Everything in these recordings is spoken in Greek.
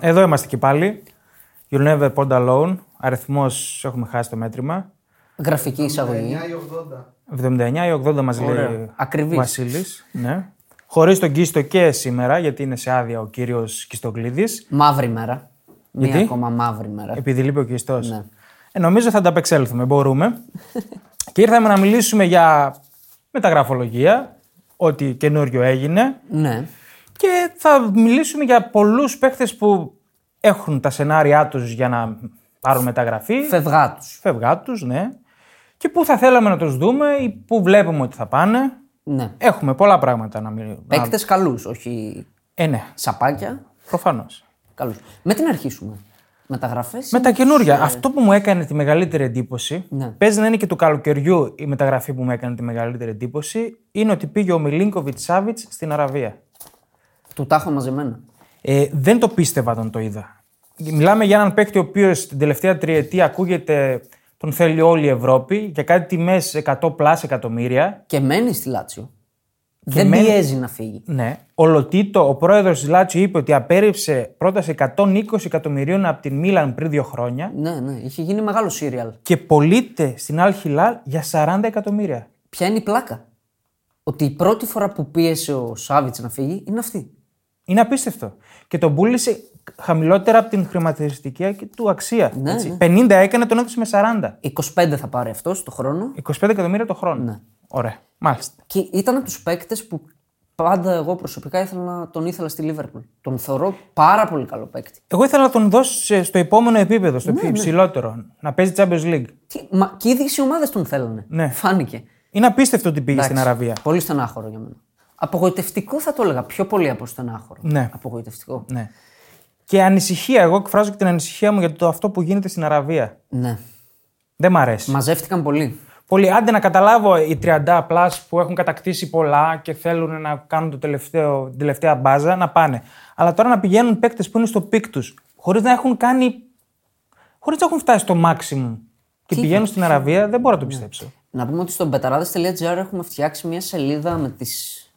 Εδώ είμαστε και πάλι. You'll never pond alone. Αριθμός έχουμε χάσει το μέτρημα. Γραφική εισαγωγή. 79 ή 80 μας λέει ο Ακριβής. Βασίλης. Ναι. Χωρίς τον Κίστο και σήμερα, γιατί είναι σε άδεια ο κύριος Κιστογλίδης. Μαύρη μέρα. Μία Γιατί? ακόμα μαύρη μέρα. Επειδή λείπει ο Κιστό. Ε, νομίζω θα ανταπεξέλθουμε. Μπορούμε. και ήρθαμε να μιλήσουμε για μεταγραφολογία. Ό,τι καινούριο έγινε. Ναι. Και θα μιλήσουμε για πολλούς παίχτες που έχουν τα σενάρια τους για να πάρουν μεταγραφή. Φευγά τους. Φεύγά τους, ναι. Και πού θα θέλαμε να τους δούμε ή πού βλέπουμε ότι θα πάνε. Ναι. Έχουμε πολλά πράγματα να μιλήσουμε. Παίκτε καλούς, όχι Ε, ναι, σαπάκια. προφανώς. Καλούς. Με τι να αρχίσουμε. Μεταγραφές. Με τα καινούρια, αυτό που μου έκανε τη μεγαλύτερη εντύπωση, Ναι. παίζει να είναι και του καλοκαιριού η μεταγραφή που μου έκανε τη μεγαλύτερη εντύπωση, είναι ότι πήγε ο Μιλίνκοβιτ Σάβιτ στην Αραβία. Του τα έχω μαζεμένα. Ε, δεν το πίστευα όταν το είδα. Μιλάμε για έναν παίκτη ο οποίος την τελευταία τριετία ακούγεται τον θέλει όλη η Ευρώπη για κάτι τιμές 100 πλάσ εκατομμύρια. Και μένει στη Λάτσιο. Δεν μένει- πιέζει να φύγει. Ναι. Ο Λοτίτο, ο πρόεδρος της Λάτσιο, είπε ότι απέρριψε πρόταση 120 εκατομμυρίων από την Μίλαν πριν δύο χρόνια Ναι, ναι. Είχε γίνει μεγάλο σύριαλ. και πωλείται στην Αλχιλάλ για 40 εκατομμύρια. Ποια είναι η πλάκα. Ότι η πρώτη φορά που πίεσε ο Σάβιτ να φύγει είναι αυτή. Είναι απίστευτο. Και τον πούλησε χαμηλότερα από την χρηματιστική του αξία. έτσι. 50 έκανε, τον έδωσε με 40. 25 θα πάρει αυτός το χρόνο. 25 εκατομμύρια το χρόνο. Ωραία. Μάλιστα. Και ήταν από τους παίκτες που πάντα εγώ προσωπικά ήθελα να τον ήθελα στη Λίβερπουλ. Τον θεωρώ πάρα πολύ καλό παίκτη. Εγώ ήθελα να τον δώσω σε- στο επόμενο επίπεδο, στο πιο υψηλότερο. Να παίζει Champions League. Τι, μα, και οι ίδιες οι ομάδες τον θέλανε. Ναι. Φάνηκε. Είναι απίστευτο ότι πήγε στην Αραβία. Πολύ στενάχωρο για μένα. Απογοητευτικό θα το έλεγα. Πιο πολύ από στενάχωρο. Ναι. Απογοητευτικό. Ναι. Και ανησυχία. Εγώ εκφράζω και την ανησυχία μου για το αυτό που γίνεται στην Αραβία. Ναι. Δεν μ' αρέσει. Μαζεύτηκαν πολύ. Πολύ. Άντε να καταλάβω οι 30 πλάσ που έχουν κατακτήσει πολλά και θέλουν να κάνουν το τελευταίο, την τελευταία μπάζα να πάνε. Αλλά τώρα να πηγαίνουν παίκτες που είναι στο πικ τους, χωρίς να έχουν κάνει. χωρίς να έχουν φτάσει στο maximum και πηγαίνουν στην Αραβία, δεν μπορώ Ναι. να το πιστέψω. Να πούμε ότι στο μπεταράδε.gr έχουμε φτιάξει μια σελίδα με τις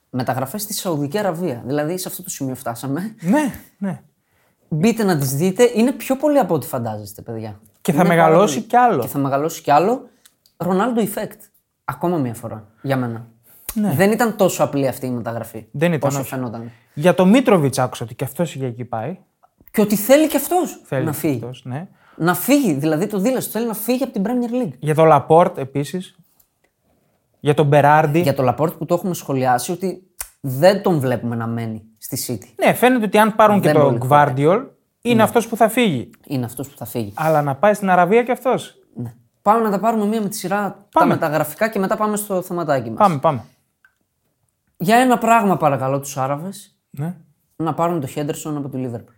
μεταγραφές στη Σαουδική Αραβία. Δηλαδή σε αυτό το σημείο φτάσαμε. Ναι, ναι. Μπείτε να τις δείτε. Είναι πιο πολύ από ό,τι φαντάζεστε, παιδιά. Και θα Είναι πάρα μεγαλώσει πολύ. κι άλλο. Και θα μεγαλώσει κι άλλο. Ρονάλντο effect. Ακόμα μία φορά για μένα. Δεν ήταν τόσο απλή αυτή η μεταγραφή. Ναι. Δεν ήταν, Όσο όχι. φαινόταν. Για τον Μίτροβιτ άκουσα ότι και αυτός για εκεί πάει. Και ότι θέλει κι αυτός Θέλει να φύγει. αυτός, ναι. Να φύγει, δηλαδή το δήλωσε. Θέλει να φύγει από την Premier League. Για τον Λαπόρτ επίσης. Για τον Μπεράρντι. Για το Λαπόρτ που το έχουμε σχολιάσει ότι δεν τον βλέπουμε να μένει στη City. Ναι, φαίνεται ότι αν πάρουν Δεν και τον πολύ Γκβάρντιολ, είναι Ναι. αυτός που θα φύγει. Είναι αυτός που θα φύγει. Αλλά να πάει στην Αραβία και αυτός. Ναι. Πάμε να τα πάρουμε μία με τη σειρά Πάμε. τα μεταγραφικά και μετά πάμε στο θεματάκι μας. Πάμε, πάμε. Για ένα πράγμα παρακαλώ τους Άραβες Ναι. να πάρουν το Χέντερσον από τη Λίβερπουλ.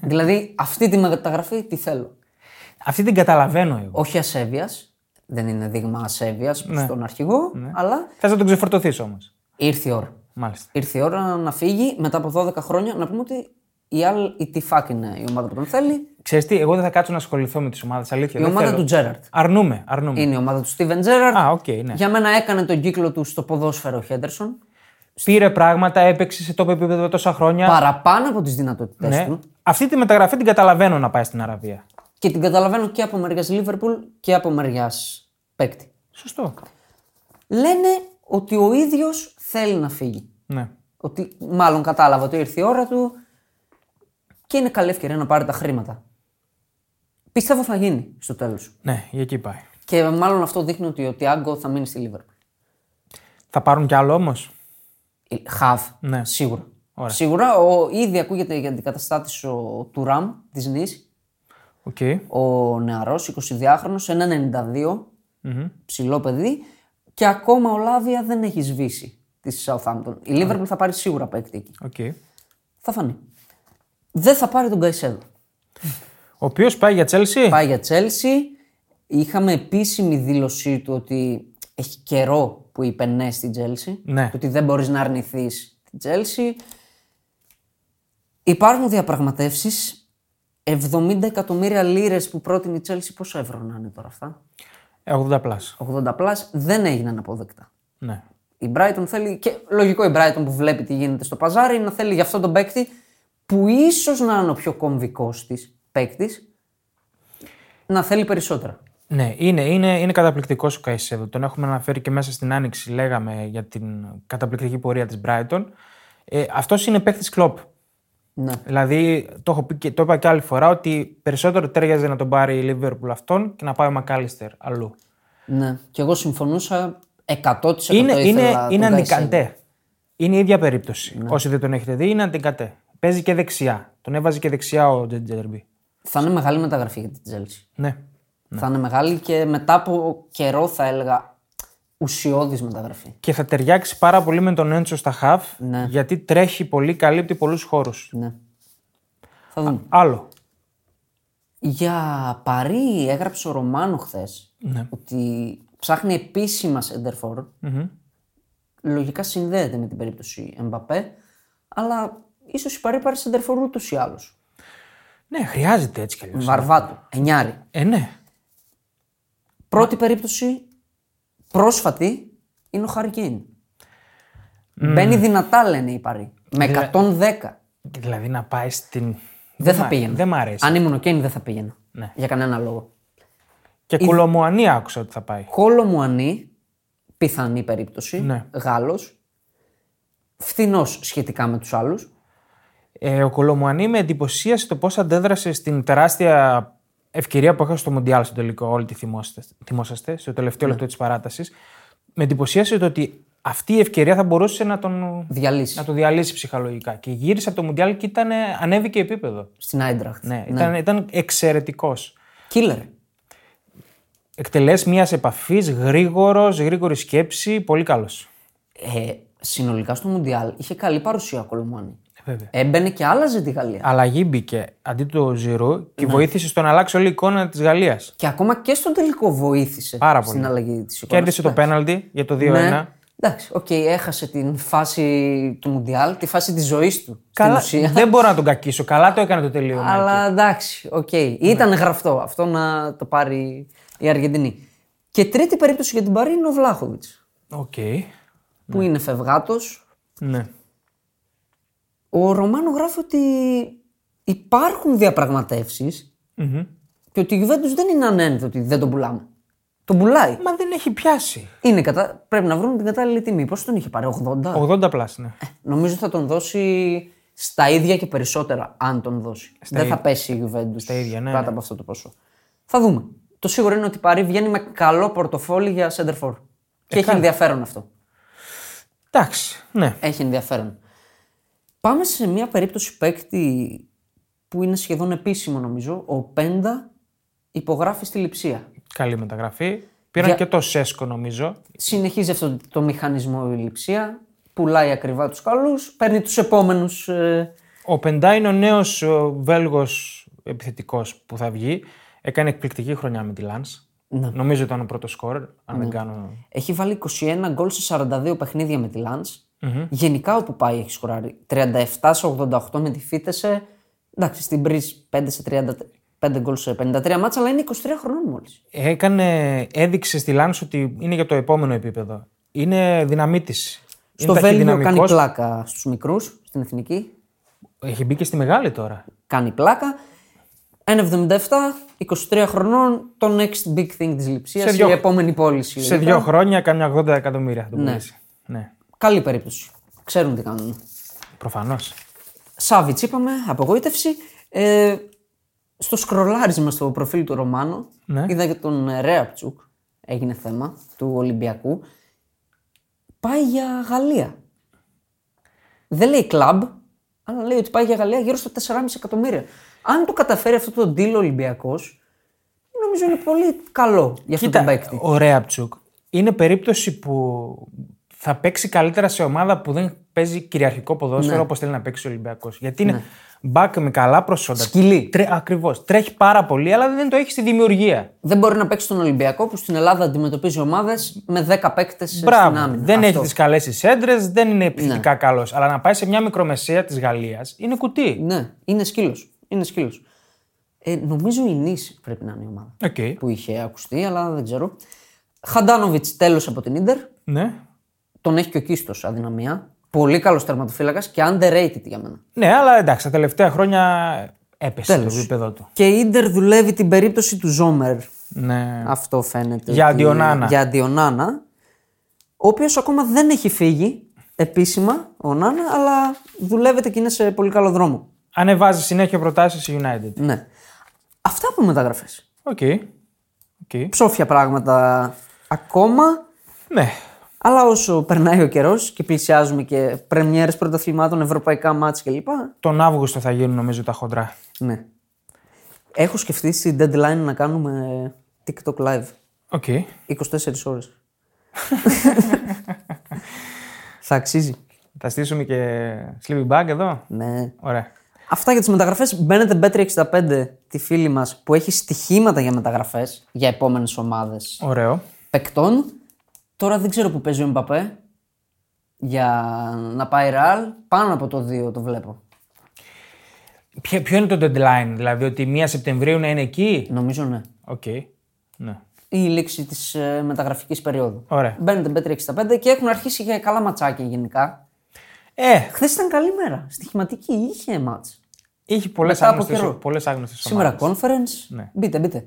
δηλαδή αυτή τη μεταγραφή τη θέλω. Αυτή την καταλαβαίνω εγώ. Όχι ασέβειας, δεν είναι δείγμα ασέβειας Ναι. στον αρχηγό, αλλά Θες να τον ξεφορτωθείς όμως. ήρθε η ώρα. Μάλιστα. Ήρθε η ώρα να φύγει μετά από 12 χρόνια. Να πούμε ότι η, Al- η Τιφάκ είναι η ομάδα που τον θέλει. Ξέρεις τι, εγώ δεν θα κάτσω να ασχοληθώ με τις ομάδες. Αλήθεια. Η δεν ομάδα θέλω. του Τζέραρτ. Αρνούμε, αρνούμε. Είναι η ομάδα του Στίβεν Τζέραρτ. Α, οκ, ναι. Για μένα έκανε τον κύκλο του στο ποδόσφαιρο ο Χέντερσον. Πήρε πράγματα, έπαιξε σε τόπο επίπεδο τόσα χρόνια. Παραπάνω από τις δυνατότητές Ναι. του. Αυτή τη μεταγραφή την καταλαβαίνω να πάει στην Αραβία. Και την καταλαβαίνω και από μεριάς Λίβερπουλ και από μεριάς παίκτη. Σωστό. Λένε ότι ο ίδιος θέλει να φύγει. Ναι. Ότι μάλλον κατάλαβα ότι ήρθε η ώρα του και είναι καλή ευκαιρία να πάρει τα χρήματα. Πιστεύω θα γίνει στο τέλος. Ναι, για εκεί πάει. Και μάλλον αυτό δείχνει ότι ο Τιάγκο θα μείνει στη Λίβερπουλ. Θα πάρουν κι άλλο όμως. Χαβ. Ναι. Ε, Σίγουρα. Ωραία. Σίγουρα. Ο, ήδη ακούγεται για αντικαταστάτης ο Τουράμ τη Νη. Οκ. Ο νεαρός, 22χρονο, ένα 92, Ψηλό παιδί. Και ακόμα ο Λάβια δεν έχει σβήσει τη Southampton. Η Λίβερπουλ θα πάρει σίγουρα παίκτη εκεί. οκ. Θα φανεί. Δεν θα πάρει τον Καϊσέδο. Ο οποίος πάει για Chelsea. Πάει για Τσέλσι. Είχαμε επίσημη δήλωσή του ότι έχει καιρό που είπε ναι στην Τσέλσι. Ναι. Ότι δεν μπορείς να αρνηθείς την Τσέλσι. Υπάρχουν διαπραγματεύσεις. 70 εκατομμύρια λίρες που πρότεινε η Τσέλσι. Πόσα ευρώ να είναι τώρα αυτά. 80 πλάσ. 80 πλάσ δεν έγιναν αποδεκτά. Ναι. Η Brighton θέλει. Και λογικό η Brighton που βλέπει τι γίνεται στο παζάρι να θέλει γι' αυτό τον παίκτη που ίσως να είναι ο πιο κομβικός της παίκτης, να θέλει περισσότερα. Ναι, είναι, είναι, είναι καταπληκτικός ο Καϊσέδο. Τον έχουμε αναφέρει και μέσα στην άνοιξη, λέγαμε για την καταπληκτική πορεία της Brighton. Ε, Αυτός είναι παίκτης κλοπ. Ναι. Δηλαδή, το, έχω πει και, το είπα και άλλη φορά ότι περισσότερο τέριαζε να τον πάρει η Liverpool αυτόν και να πάει ο Μακάλιστερ αλλού. Ναι. Και εγώ συμφωνούσα 100% Είναι, ήθελα είναι, τον Ναι. είναι Καϊσέδο. αντικαντέ. Είναι η ίδια περίπτωση. Όσοι δεν τον έχετε δει, είναι αντικαντέ. Παίζει και δεξιά. Τον έβαζε και δεξιά ο Τζεντζέρμπι. Θα είναι μεγάλη μεταγραφή για την Τζέλση. Ναι. Θα είναι μεγάλη και μετά από καιρό θα έλεγα ουσιώδης μεταγραφή. Και θα ταιριάξει πάρα πολύ με τον Έντσο στα χαφ, γιατί τρέχει πολύ, καλύπτει πολλούς χώρους. Ναι. Θα δούμε. Άλλο. Για Παρί έγραψε ο Ρωμάνο χθες Ναι. ότι ψάχνει επίσημα σεντερφορ. Λογικά συνδέεται με την περίπτωση Εμπαπέ, αλλά ίσως η Παρί πάρει σεντερφορ ούτως ή άλλως. Ναι, χρειάζεται έτσι κι αλλιώς. Βαρβάτο, εννιάρη. Ε, ναι. Πρώτη περίπτωση πρόσφατη είναι ο Χαρικίν. Μπαίνει δυνατά, λένε οι Παρί. Με 110. Δηλαδή να πάει στην. Δεν θα μ' α- πήγαινα. Δεν μ' Ναι. αρέσει. Αν ήμουν ο Κέιν, δεν θα πήγαινα. Για κανένα λόγο. Και κουλομουανία άκουσα ότι θα πάει. Κόλο Μουανί, πιθανή περίπτωση. Ναι. Γάλλος. Φθηνός σχετικά με τους άλλους. Ε, ο Κολομουανί με εντυπωσίασε το πώς αντέδρασε στην τεράστια ευκαιρία που έχασε στο Μοντιάλ στο τελικό. Όλοι τη θυμόσαστε, θυμόσαστε στο τελευταίο λεπτό της παράτασης. Με εντυπωσίασε το ότι αυτή η ευκαιρία θα μπορούσε να τον, Διαλύσει. να τον διαλύσει ψυχολογικά. Και γύρισε από το Μοντιάλ και ήταν, ανέβηκε επίπεδο. Στην Άιντραχτ. Ναι, ήταν, ήταν εξαιρετικός. Killer. Εκτελές μιας επαφής, γρήγορος, γρήγορη σκέψη, πολύ καλός. Ε, συνολικά στο Μουντιάλ είχε καλή παρουσία ο Κόλο Μουανί. Ε, Βέβαια. Έμπαινε και άλλαζε τη Γαλλία. Αλλαγή μπήκε αντί του Ζηρού και βοήθησε στο να αλλάξει όλη η εικόνα της Γαλλίας. Και ακόμα και στον τελικό βοήθησε Πάρα στην πολύ. αλλαγή της εικόνας. Κέρδισε το πέναλτι για το 2-1. Εντάξει, οκ, έχασε την φάση του Μουντιάλ, τη φάση της ζωής του. Καλά, ναι, Στην ουσία. δεν μπορώ να τον κακίσω. Καλά το έκανε το τελείωμα. Αλλά εντάξει, οκ. Ήταν γραφτό αυτό να το πάρει η Αργεντινή. Και τρίτη περίπτωση για την Παρή είναι ο Βλάχοβιτ. Οκ. Που είναι φευγάτος. Ναι. Ο Ρωμάνο γράφει ότι υπάρχουν διαπραγματεύσεις και ότι η Γιουβέντους δεν είναι ανένδοτη ότι δεν τον πουλάμε. Τον πουλάει. Μα δεν έχει πιάσει. Είναι κατά... Πρέπει να βρουν την κατάλληλη τιμή. Πώ τον είχε πάρει, 80. 80 πλάσ, ναι. Νομίζω θα τον δώσει στα ίδια και περισσότερα, αν τον δώσει. Δεν θα πέσει η Juventus ίδια, ναι, κάτω ναι. από αυτό το ποσό. Θα δούμε. Το σίγουρο είναι ότι η Παρή βγαίνει με καλό πορτοφόλι για Σέντερφορ. Ε, Και έχει ενδιαφέρον αυτό. Εντάξει, ναι. Έχει ενδιαφέρον. Πάμε σε μια περίπτωση παίκτη που είναι σχεδόν επίσημο νομίζω. Ο Πέντα υπογράφει στη Λιψία. Καλή μεταγραφή. Πήραν Για- και το Σέσκο, νομίζω. Συνεχίζει αυτό το μηχανισμό η Λιψία. Πουλάει ακριβά τους καλούς, παίρνει τους επόμενους ε, Ο Πεντά είναι ο νέος Βέλγος επιθετικός που θα βγει. Έκανε εκπληκτική χρονιά με τη Λαν. Ναι. Νομίζω ήταν ο πρώτος σκόρ, αν δεν κάνω. Έχει βάλει 21 γκολ σε 42 παιχνίδια με τη λαντς Γενικά όπου πάει έχει σκοράρει. 37 σε 88 με τη Φίτεσε. Εντάξει, στην Μπριζ 5 σε 30, 5 γκολ σε 53 μάτσα, αλλά είναι 23 χρονών μόλις. Έκανε, έδειξε στη Λαν ότι είναι για το επόμενο επίπεδο. Είναι δυναμίτη. Στο Βέλγιο κάνει πλάκα στους μικρούς, στην εθνική. Έχει μπει και στη μεγάλη τώρα. Κάνει πλάκα. 1,77, 23 χρονών, το next big thing της λειψίας. Σε δύο- Η επόμενη πώληση. Σε δύο χρόνια κάνει 80 εκατομμύρια θα τον πουλήσει. Ναι. Καλή περίπτωση. Ξέρουν τι κάνουν. Προφανώς. Σάβιτ είπαμε, απογοήτευση. Ε, στο σκρολάρισμα στο προφίλ του Ρωμάνο Ναι. είδα και τον ε, Ρέαπτσουκ, έγινε θέμα του Ολυμπιακού. Πάει για Γαλλία. Δεν λέει κλαμπ, αλλά λέει ότι πάει για Γαλλία γύρω στα 4,5 εκατομμύρια. Αν το καταφέρει αυτό το deal ο Ολυμπιακός, νομίζω είναι πολύ καλό για αυτό τον παίκτη. ο Ρέαπτσουκ είναι περίπτωση που θα παίξει καλύτερα σε ομάδα που δεν παίζει κυριαρχικό ποδόσφαιρο Ναι. όπως θέλει να παίξει ο Ολυμπιακός. Γιατί είναι μπακ με καλά προσόντα. Σκυλί. Τρε, ακριβώς. Τρέχει πάρα πολύ, αλλά δεν το έχει στη δημιουργία. Δεν μπορεί να παίξει τον Ολυμπιακό που στην Ελλάδα αντιμετωπίζει ομάδες με 10 παίκτες στην Μπράβο. άμυνα. δεν Αυτό. Ναι. έχεις τις καλές τις έντρες, δεν είναι επιθετικά καλός. Αλλά να πάει σε μια μικρομεσαία της Γαλλίας είναι κουτί. Ναι, είναι σκύλος. Είναι σκύλος. Ε, νομίζω η Νίση πρέπει να είναι η ομάδα Οκ. που είχε ακουστεί, αλλά δεν ξέρω. Χαντάνοβιτ τέλος από την ντερ. Ναι. Τον έχει και ο Κίστος αδυναμία. Πολύ καλός τερματοφύλακας και underrated για μένα. Ναι, αλλά εντάξει, τα τελευταία χρόνια έπεσε Τέλος. το επίπεδο του. Και η ντερ δουλεύει την περίπτωση του Ζόμερ. Ναι. Αυτό φαίνεται. Για ότι- Αντιονάνα. Για Αντιονάνα. Ο οποίος ακόμα δεν έχει φύγει επίσημα ο Νάνα, αλλά δουλεύεται και είναι σε πολύ καλό δρόμο. Ανεβάζει συνέχεια προτάσεις η United. Ναι. Αυτά από μεταγραφές. Οκ. Οκ. Ψόφια πράγματα ακόμα. Ναι. Αλλά όσο περνάει ο καιρός και πλησιάζουμε και πρεμιέρες πρωταθλημάτων, ευρωπαϊκά μάτς κλπ. Τον Αύγουστο θα γίνουν νομίζω τα χοντρά. Ναι. Έχω σκεφτεί στη deadline να κάνουμε TikTok live. Οκ. 24 ώρες. Θα αξίζει. Θα στήσουμε και sleeping bag εδώ. Ναι. Ωραία. Αυτά για τις μεταγραφές. Μπαίνετε Bet365, τη φίλη μας που έχει στοιχήματα για μεταγραφές για επόμενες ομάδες Ωραίο. παικτών. Τώρα δεν ξέρω που παίζει ο Μπαπέ για να πάει ραλ. Πάνω από το 2 το βλέπω. Ποιο, ποιο είναι το deadline, δηλαδή ότι 1 Σεπτεμβρίου να είναι εκεί. Νομίζω ναι. Οκ. Ναι. η λήξη της ε, μεταγραφικής περίοδου. Ωραία. Μπαίνετε Bet365 και έχουν αρχίσει και καλά ματσάκια γενικά. Ε, Χθες ήταν καλή μέρα. Στοιχηματική είχε μάτς. είχε πολλές Μετά από άγνωστες καιρό. πολλές άγνωστες Σήμερα ομάδες. conference. Ναι. Μπείτε, μπείτε.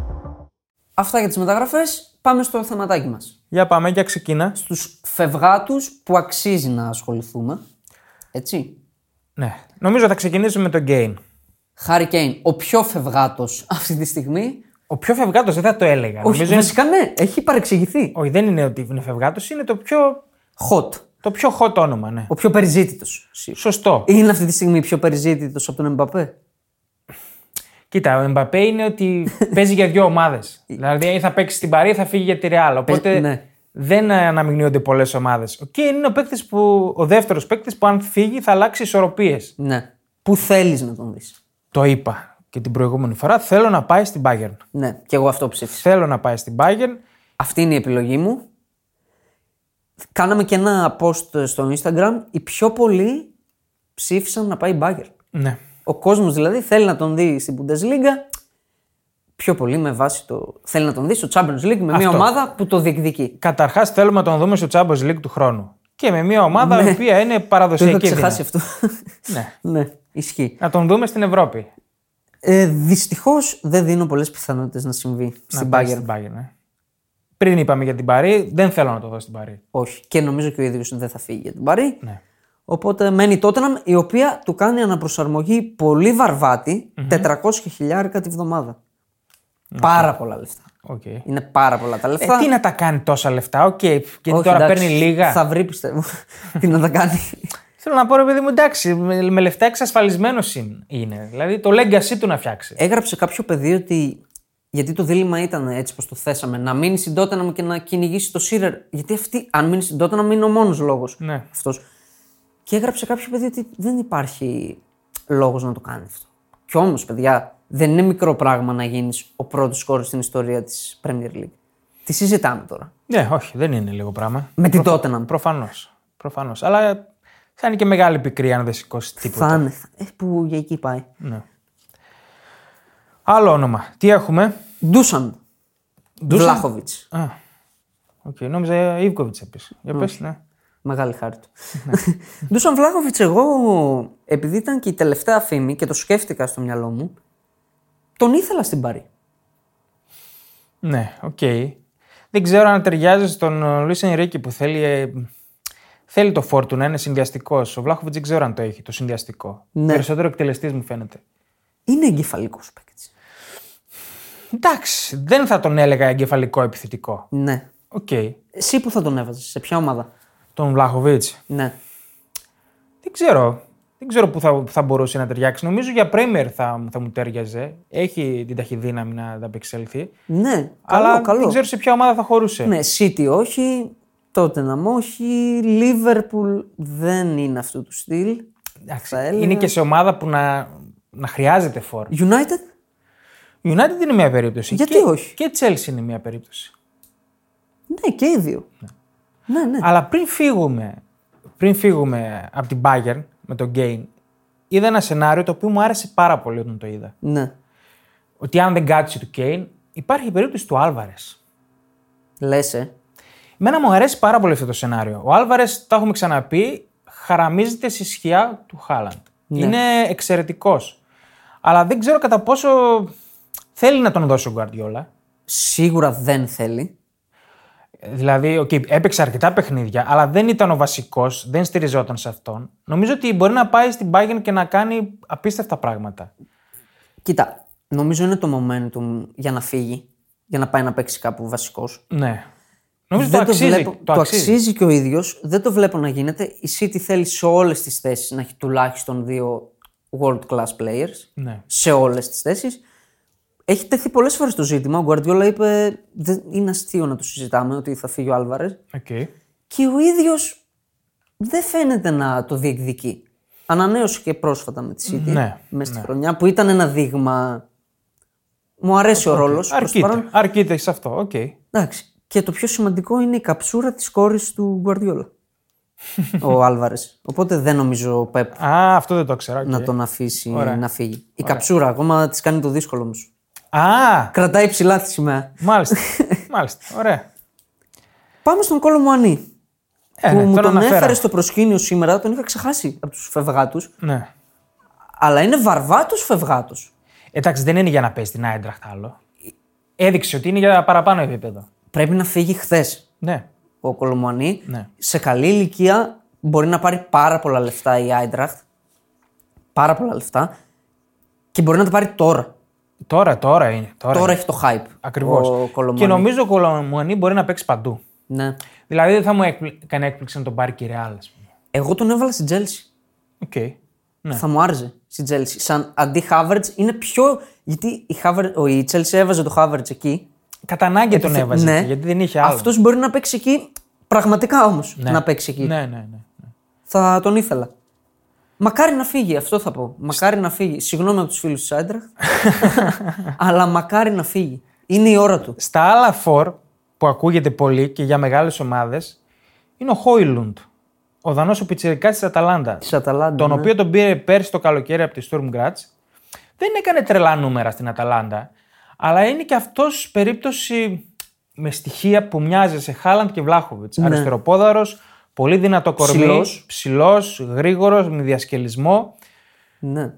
Αυτά για τις μεταγραφές. Πάμε στο θεματάκι μας. Για πάμε, για ξεκίνα. Στους φευγάτους που αξίζει να ασχοληθούμε. Έτσι. Ναι. Νομίζω θα ξεκινήσουμε με τον Γκέιν. Χάρη Κέιν, ο πιο φευγάτος αυτή τη στιγμή. Ο πιο φευγάτος δεν θα το έλεγα. Όχι, Νομίζω είναι... βασικά ναι, έχει παρεξηγηθεί. Όχι, δεν είναι ότι είναι φευγάτος, είναι το πιο, Hot. το πιο hot όνομα, ναι. Ο πιο περιζήτητο. Σωστό. Είναι αυτή τη στιγμή πιο περιζήτητο από τον Εμπαπέ. Κοίτα, ο Εμπαπέ είναι ότι παίζει για δύο ομάδες. δηλαδή ή θα παίξει στην Παρή ή θα φύγει για τη Ρεάλ. Οπότε ναι. δεν ε, αναμειγνύονται πολλές ομάδες. Ο Κέιν είναι ο, παίκτης που, ο δεύτερος παίκτης που αν φύγει θα αλλάξει ισορροπίες. Ναι. Που θέλεις να τον δεις. Το είπα και την προηγούμενη φορά. Θέλω να πάει στην Bayern. Ναι, και εγώ αυτό ψήφισα. Θέλω να πάει στην Bayern. Αυτή είναι η επιλογή μου. Κάναμε και ένα post στο Instagram. Οι πιο πολλοί ψήφισαν να πάει μπάγκερ. Ναι. Ο κόσμος δηλαδή θέλει να τον δει στην Bundesliga. Πιο πολύ με βάση το. Θέλει να τον δει στο Champions League με μια Αυτό. ομάδα που το διεκδικεί. Καταρχάς θέλουμε να τον δούμε στο Champions League του χρόνου. Και με μια ομάδα η οποία είναι Ναι. Το είχα παραδοσιακή. ξεχάσει δύναμη. αυτό. Ναι. ναι, ισχύει. Να τον δούμε στην Ευρώπη. Ε, Δυστυχώς δεν δίνω πολλές πιθανότητες να συμβεί στην να πάει Bayern. Στην Bayern ναι. Πριν είπαμε για την Παρή, δεν θέλω να το δω στην Παρή. Όχι. Και νομίζω και ο ίδιος δεν θα φύγει για την Παρή. Ναι. Οπότε μένει η Τότεναμ, η οποία του κάνει αναπροσαρμογή πολύ βαρβάτη, 400 χιλιάρικα τη βδομάδα. Πάρα πολλά λεφτά. Οκ. Είναι πάρα πολλά τα Ε, λεφτά. τι να τα κάνει τόσα λεφτά, οκ. γιατί Όχι, τώρα εντάξει, παίρνει λίγα. Θα βρει, πιστεύω. τι να τα κάνει. Θέλω να πω, ρε παιδί μου, εντάξει, με, με λεφτά εξασφαλισμένος είναι. Δηλαδή το legacy του να φτιάξει. Έγραψε κάποιο παιδί ότι. Γιατί το δίλημα ήταν έτσι πως το θέσαμε, να μείνει στην Τότεναμ και να κυνηγήσει το Σίρερ. Γιατί αυτή, αν μείνει στην Τότεναμ, είναι ο μόνος λόγος Ναι. αυτός. Και έγραψε κάποιο παιδί ότι δεν υπάρχει λόγος να το κάνει αυτό. Κι όμως, παιδιά, δεν είναι μικρό πράγμα να γίνεις ο πρώτος σκόρ στην ιστορία της Premier League. Τη συζητάμε τώρα. Ναι, όχι, δεν είναι λίγο πράγμα. Με την Tottenham. Προφανώς. Προφανώς. Αλλά θα είναι και μεγάλη πικρία αν δεν σηκώσει τίποτα. Θα είναι. θα- ε, που για εκεί πάει. Άλλο όνομα. Τι έχουμε. Ντούσαν. Ντούσαν. Βλάχοβιτ. Οκ, νόμιζα Ιβκοβιτ επίση. Για πες, ναι. Μεγάλη χάρη του. Ντούσαν Βλάχοβιτ, εγώ, επειδή ήταν και η τελευταία φήμη και το σκέφτηκα στο μυαλό μου, τον ήθελα στην Παρή. Ναι, οκ. Δεν ξέρω αν ταιριάζει στον Λουί Ενρίκη που θέλει, ε, θέλει το φόρτου να είναι συνδυαστικός. Ο Βλάχοβιτ δεν ξέρω αν το έχει το συνδυαστικό. Ναι. Περισσότερο εκτελεστής μου φαίνεται. Είναι εγκεφαλικός παίκτης. Εντάξει, δεν θα τον έλεγα εγκεφαλικό επιθετικό. Ναι. Οκ. Εσύ που θα τον έβαζες, σε ποια ομάδα. Τον Βλάχοβιτ. Ναι. Δεν ξέρω. Δεν ξέρω που θα, που θα μπορούσε να ταιριάξει. Νομίζω για Πρέμερ θα, θα μου τέριαζε. Έχει την ταχυδύναμη να ανταπεξέλθει. Ναι, καλό, αλλά καλό. δεν ξέρω σε ποια ομάδα θα χωρούσε. Ναι, City όχι, Τότε να όχι. Λίβερπουλ δεν είναι αυτού του στυλ. Εντάξει, θα έλεγα. είναι και σε ομάδα που να, να χρειάζεται φόρ. United. United είναι μια περίπτωση. Γιατί και, όχι? Και Chelsea είναι μια περίπτωση. Ναι, και οι δύο. Ναι, ναι. Αλλά πριν φύγουμε, πριν φύγουμε από την Bayern με τον Γκέιν, είδα ένα σενάριο το οποίο μου άρεσε πάρα πολύ όταν το είδα. ναι. Ότι αν δεν κάτσει του Κέιν, υπάρχει η περίπτωση του Άλβαρες. Λες, ε. Εμένα μου αρέσει πάρα πολύ αυτό το σενάριο. Ο Άλβαρες, τα έχουμε ξαναπεί, χαραμίζεται στη σκιά του Χάλαντ. Ναι. Είναι εξαιρετικός. Αλλά δεν ξέρω κατά πόσο θέλει να τον δώσει ο Γκουαρδιόλα. Σίγουρα δεν θέλει. Δηλαδή, okay, έπαιξε αρκετά παιχνίδια, αλλά δεν ήταν ο βασικός, δεν στηριζόταν σε αυτόν. Νομίζω ότι μπορεί να πάει στην Bayern και να κάνει απίστευτα πράγματα. Κοίτα, νομίζω είναι το momentum για να φύγει. Για να πάει να παίξει κάπου βασικός. Ναι. Νομίζω το αξίζει. βλέπω, το, αξίζει. και ο ίδιος. Δεν το βλέπω να γίνεται. Η City θέλει σε όλες τις θέσεις να έχει τουλάχιστον δύο world class players. Ναι. Σε όλες τις θέσεις. Έχει τεθεί πολλές φορές το ζήτημα. Ο Guardiola είπε. «Δεν- Είναι αστείο να το συζητάμε ότι θα φύγει ο Άλβαρες. Okay. Και ο ίδιος δεν φαίνεται να το διεκδικεί. Ανανέωσε και πρόσφατα με τη City Ναι, μέσα στη χρονιά που ήταν ένα δείγμα. Μου αρέσει ο ρόλο. Αρκείται. Αρκείται σε αυτό. Οκ. Εντάξει. Και το πιο σημαντικό είναι η καψούρα της κόρης του Γκουαρδιόλα. ο Άλβαρες. Οπότε δεν νομίζω ο Πεπ Α, αυτό δεν το ξέρω. οκ. να τον αφήσει να φύγει. Η καψούρα ακόμα της κάνει το δύσκολο όμως. Α, Κρατάει ψηλά τη σημαία. μάλιστα. μάλιστα. Ωραία. Πάμε στον κόλο μου Ανή. Ε, που ναι, μου τον τον αναφέρα. έφερε στο προσκήνιο σήμερα, τον είχα ξεχάσει από τους φευγάτους. Ναι. Αλλά είναι βαρβάτος φευγάτος. Εντάξει, δεν είναι για να παίζει την Άιντραχτ άλλο. Έδειξε ότι είναι για παραπάνω επίπεδο. Πρέπει να φύγει χθες Ναι. ο Κολομουανί. Ναι. Σε καλή ηλικία μπορεί να πάρει πάρα πολλά λεφτά η Άιντραχτ. Πάρα πολλά λεφτά. Και μπορεί να τα πάρει τώρα. Τώρα, τώρα είναι. Τώρα, είναι. Τώρα έχει το hype. Ακριβώς. Ο Κολομουανί. Και νομίζω ο Κολομουανί μπορεί να παίξει παντού. Ναι. Δηλαδή δεν θα μου έκπλη- έκανε έκπληξη να τον πάρει και η Ρεάλ, ας πούμε. Εγώ τον έβαλα στην Τζέλση. Οκ. Ναι. Θα μου άρεσε στην Τζέλση. Σαν αντί Χάβερτ είναι πιο. Γιατί η, Havertz- ο- η Chelsea έβαζε το Χάβερτ εκεί. Κατά ανάγκη τον έβαζε. Ναι. εκεί, Γιατί δεν είχε άλλο. Αυτός μπορεί να παίξει εκεί. Πραγματικά όμως να παίξει εκεί. Ναι, ναι, ναι. Θα τον ήθελα. Μακάρι να φύγει, αυτό θα πω. Μακάρι να φύγει. Συγγνώμη από τους φίλους της Άιντραχτ. αλλά μακάρι να φύγει. Είναι η ώρα του. Στα άλλα φορ που ακούγεται πολύ και για μεγάλες ομάδες είναι ο Χόιλουντ. Ο Δανός ο Πιτσερικά της Αταλάντα. Της Αταλάντα. Τον ναι. οποίο τον πήρε πέρσι το καλοκαίρι από τη Στουρμ Γκράτς. Δεν έκανε τρελά νούμερα στην Αταλάντα. Αλλά είναι και αυτός περίπτωση με στοιχεία που μοιάζει σε Χάλαντ και Βλάχοβιτ. Ναι. Αριστεροπόδαρος, πολύ δυνατό κορμί. Ψηλός. Ψηλός, γρήγορος, με διασκελισμό. Ναι.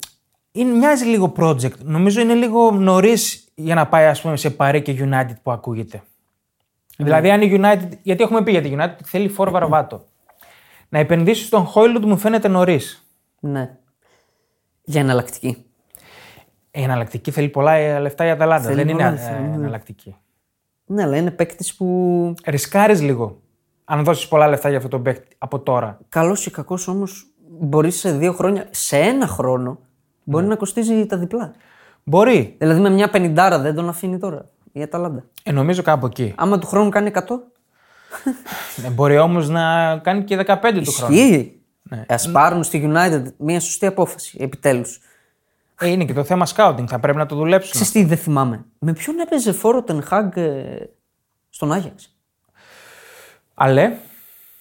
Είναι, μοιάζει λίγο project. Νομίζω είναι λίγο νωρίς για να πάει ας πούμε, σε Παρέ και United που ακούγεται. Ναι. Δηλαδή, αν η United. Γιατί έχουμε πει για τη United ότι θέλει φόρ βαρβάτο. Να επενδύσει στον Χόιλουντ μου φαίνεται νωρίς. ναι. Για εναλλακτική. Η εναλλακτική θέλει πολλά ε, λεφτά η Αταλάντα. Θέλει Δεν είναι πολλά, ε, θέλει, ναι. εναλλακτική. Ναι, αλλά είναι παίκτης που. Ρισκάρεις λίγο. Αν δώσεις πολλά λεφτά για αυτό τον παίκτη από τώρα. Καλός ή κακός όμως μπορεί σε δύο χρόνια, σε ένα χρόνο, Ναι. μπορεί να κοστίζει τα διπλά. Μπορεί. Δηλαδή με μια πενιντάρα δεν τον αφήνει τώρα η Αταλάντα. Ε, νομίζω κάπου εκεί. Άμα του χρόνου κάνει 100, Ε, μπορεί όμως να κάνει και 15 του χρόνου. ισχύει. Ναι. Ας πάρουν στη United μια σωστή απόφαση επιτέλους. Ε, είναι και το θέμα scouting. Θα πρέπει να το δουλέψουν. Ξέρεις τι δεν θυμάμαι. Με ποιον έπαιζε φόρο ο Ten Hag ε, στον Άγιαξ. Αλλά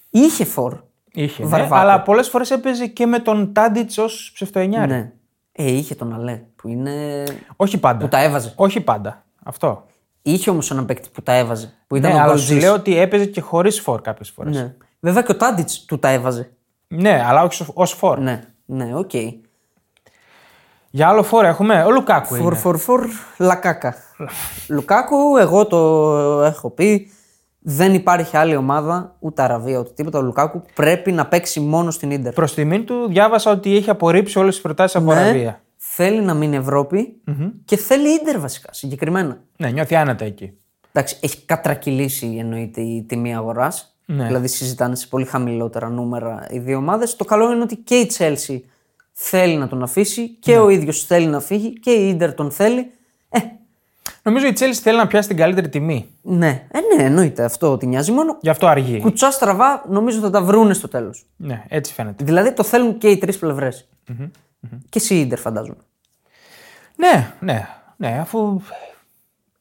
Είχε φόρο. Είχε, ναι, Βαρβάτο. αλλά πολλές φορές έπαιζε και με τον Τάντιτ ως ψευτοενιάρη. Ναι. Ε, είχε τον Αλέ που είναι. Όχι πάντα. που τα έβαζε. Όχι πάντα. Αυτό. Είχε όμως έναν παίκτη που τα έβαζε. Που ήταν Ναι, ο αλλά σου Γκολτζής. λέω ότι έπαιζε και χωρίς φορ κάποιες φορές. Ναι. Ναι. Βέβαια και ο Τάντιτ του τα έβαζε. αλλά όχι ως φορ. Ναι, ναι, οκ. Για άλλο φορ έχουμε. Ο Λουκάκου. Φορ, είναι. φορ, φορ, λακάκα. Λουκάκου, εγώ το έχω πει. Δεν υπάρχει άλλη ομάδα, ούτε Αραβία, ούτε τίποτα. Ο Λουκάκου πρέπει να παίξει μόνο στην ντερ. Προς τιμήν του διάβασα ότι έχει απορρίψει όλες τις προτάσεις από Αραβία. Θέλει να μείνει Ευρώπη και θέλει ντερ βασικά, συγκεκριμένα. Ναι, νιώθει άνετα εκεί. Εντάξει, έχει κατρακυλήσει εννοείται η τιμή αγοράς. Ναι. Δηλαδή συζητάνε σε πολύ χαμηλότερα νούμερα οι δύο ομάδες. Το καλό είναι ότι και η Τσέλσι Ναι. θέλει να τον αφήσει και ο ίδιος θέλει να φύγει και η ντερ τον θέλει. Ε, Νομίζω η Chelsea θέλει να πιάσει την καλύτερη τιμή. Ναι, ε, ναι, εννοείται αυτό ότι νοιάζει. Μόνο Γι' αυτό αργεί. κουτσά στραβά νομίζω θα τα βρούνε στο τέλος. Ναι, έτσι φαίνεται. Δηλαδή το θέλουν και οι τρεις Και εσύ ίντερ, φαντάζομαι. Ναι, ναι, ναι, αφού.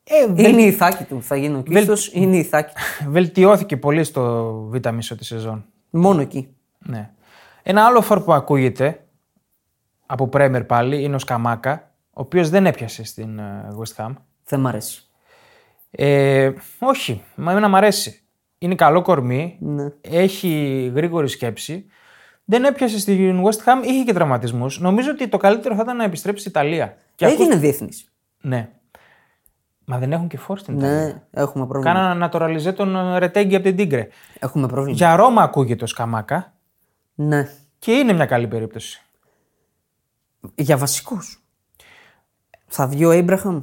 Ε, βελ- Είναι η θάκη του, θα γίνει ο Κίστος, είναι η θάκη του. Βελτιώθηκε πολύ στο β' μισό της σεζόν. Μόνο εκεί. Ναι. Ένα άλλο φορ που ακούγεται από Πρέμερ πάλι είναι ο Σκαμάκα, ο οποίος δεν έπιασε στην ε, West Ham. Δεν μ' αρέσει. Ε, όχι, μα εμένα μ' αρέσει. Είναι καλό κορμί, Ναι. έχει γρήγορη σκέψη. Δεν έπιασε στην West Ham, είχε και τραυματισμούς. Νομίζω ότι το καλύτερο θα ήταν να επιστρέψει στην Ιταλία. Και ακού- Έγινε διεθνή. Ναι. Μα δεν έχουν και φόρ στην Ιταλία. Ναι, έχουμε πρόβλημα. Κάνανε να το ραλιζέ τον ε, Ρετέγκη από την Τίγκρε. Έχουμε πρόβλημα. Για Ρώμα ακούγεται ο Σκαμάκα Ναι. και είναι μια καλή περίπτωση. Για βασικούς. Θα βγει ο Έμπραχαμ.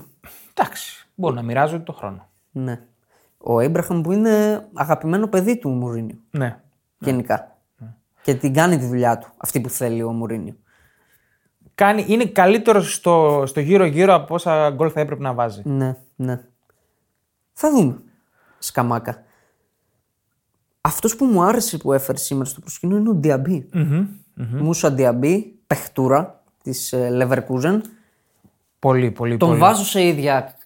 Εντάξει, μπορεί να μοιράζονται το χρόνο. Ναι. Ο Έμπραχαμ που είναι αγαπημένο παιδί του Μουρίνιου. Ναι. Γενικά. Και την κάνει τη δουλειά του αυτή που θέλει ο Μουρίνιου. Κάνει, είναι καλύτερος στο, στο γύρο-γύρο από όσα γκολ θα έπρεπε να βάζει. Ναι, ναι. Θα δούμε. Σκαμάκα. Αυτός που μου άρεσε που έφερε σήμερα στο προσκήνιο είναι ο Ντιαμπή. Μούσα Ντιαμπή, παιχτούρα της Leverkusen. Πολύ, πολύ, Τον πολύ. βάζω σε ίδια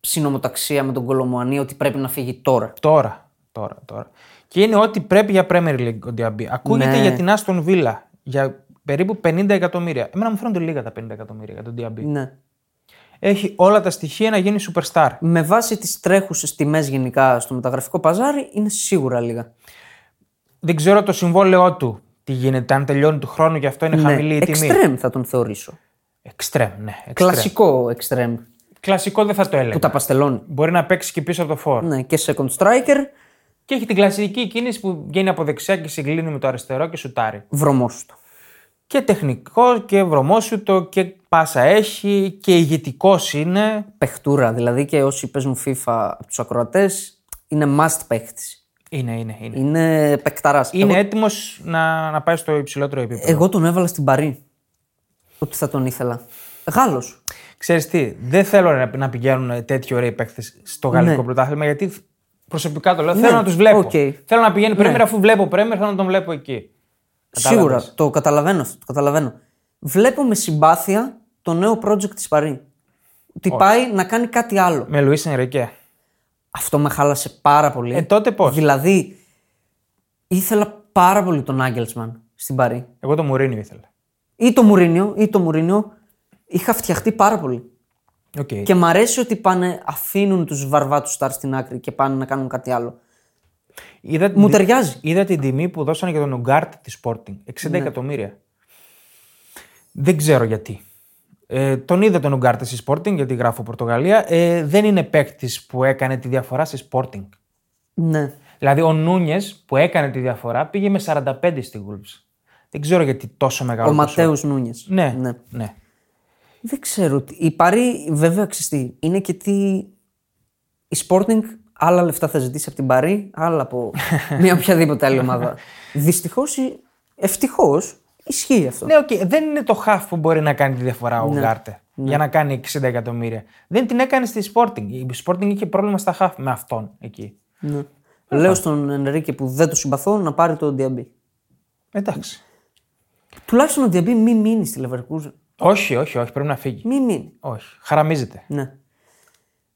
συνομοταξία με τον Κολομουανί ότι πρέπει να φύγει τώρα. Τώρα, τώρα, τώρα. Και είναι ό,τι πρέπει για Premier League ο Diaby. Ακούγεται Ναι. για την Aston Villa για περίπου 50 εκατομμύρια. Εμένα μου φαίνονται λίγα τα 50 εκατομμύρια για τον Diaby. Ναι. Έχει όλα τα στοιχεία να γίνει superstar. Με βάση τις τρέχουσες τιμές γενικά στο μεταγραφικό παζάρι είναι σίγουρα λίγα. Δεν ξέρω το συμβόλαιό του τι γίνεται, αν τελειώνει του χρόνου και αυτό είναι Ναι. χαμηλή η τιμή. Εξτρέμ θα τον θεωρήσω. Εξτρέμ, ναι. Εξτρέμ. Ε. Κλασικό εξτρέμ Κλασικό δεν θα το έλεγα. που τα παστελώνει. Μπορεί να παίξει και πίσω από το φόρ. Ναι, και second striker, Και έχει την κλασική κίνηση που βγαίνει από δεξιά και συγκλίνει με το αριστερό και σουτάρει. βρωμός του. Και τεχνικό και βρωμόσουτο και πάσα έχει και ηγετικός είναι. Πεχτούρα, δηλαδή και όσοι παίζουν FIFA από τους ακροατές, είναι must παίχτης. Είναι, είναι, είναι. Είναι παικταράς. Είναι έτοιμος να, να πάει στο υψηλότερο επίπεδο. Εγώ τον έβαλα στην Παρή. Ότι θα τον ήθελα. Γάλλος. Ξέρεις τι, δεν θέλω να, να πηγαίνουν τέτοιοι ωραίοι παίκτες στο γαλλικό Ναι. πρωτάθλημα γιατί προσωπικά το λέω. Ναι, Θέλω να τους βλέπω. οκ. Ναι. Θέλω να πηγαίνει Πρέμερ αφού βλέπω Πρέμερ, θέλω να τον βλέπω εκεί. Κατάλαβες. Σίγουρα, το καταλαβαίνω αυτό. Το καταλαβαίνω. Βλέπω με συμπάθεια το νέο project της Παρή. Ότι πάει να κάνει κάτι άλλο. Με Λουίς Ενρικέ. Αυτό με χάλασε πάρα πολύ. Ε, τότε πώς? Δηλαδή, ήθελα πάρα πολύ τον Άγγελσμαν στην Παρή. Εγώ το Μουρίνιο ήθελα. Ή το Μουρίνιο, ή το Μουρίνιο. Είχα φτιαχτεί πάρα πολύ. Οκ. Και μ' αρέσει ότι πάνε, αφήνουν τους βαρβάτου stars στην άκρη και πάνε να κάνουν κάτι άλλο. Είδα, Μου ταιριάζει. είδα την τιμή που δώσανε για τον Ογκάρτ τη Sporting. 60 εκατομμύρια. Δεν ξέρω γιατί. Ε, τον είδα τον Ογκάρτ στη Sporting, γιατί γράφω Πορτογαλία. Ε, δεν είναι παίκτης που έκανε τη διαφορά στη Sporting. Ναι. Δηλαδή, ο Νούνιες που έκανε τη διαφορά πήγε με 45 στη Wolves. Δεν ξέρω γιατί τόσο μεγάλο. Ο ποσό. Ματέο Νούνιες. Ναι, ναι. ναι. Δεν ξέρω. τι- Η Παρή, βέβαια, ξέρεις τι, είναι και τι. Η Sporting άλλα λεφτά θα ζητήσει από την Παρή, άλλα από μια οποιαδήποτε άλλη ομάδα. Δυστυχώς ή ευτυχώς ισχύει αυτό. Ναι, οκ, δεν είναι το half που μπορεί να κάνει τη διαφορά ο Γκάρτε για να κάνει 60 εκατομμύρια. Δεν την έκανε στη Sporting. Η Sporting είχε πρόβλημα στα half με αυτόν εκεί. Ναι. Λέω στον Ενρίκε που δεν το συμπαθώ να πάρει το Διαμπή. Εντάξει. Τουλάχιστον ο Διαμπή μην μείνει στη Leverkusen. Όχι, όχι, όχι, πρέπει να φύγει. Μην μείνει. Όχι. Χαραμίζεται. Ναι.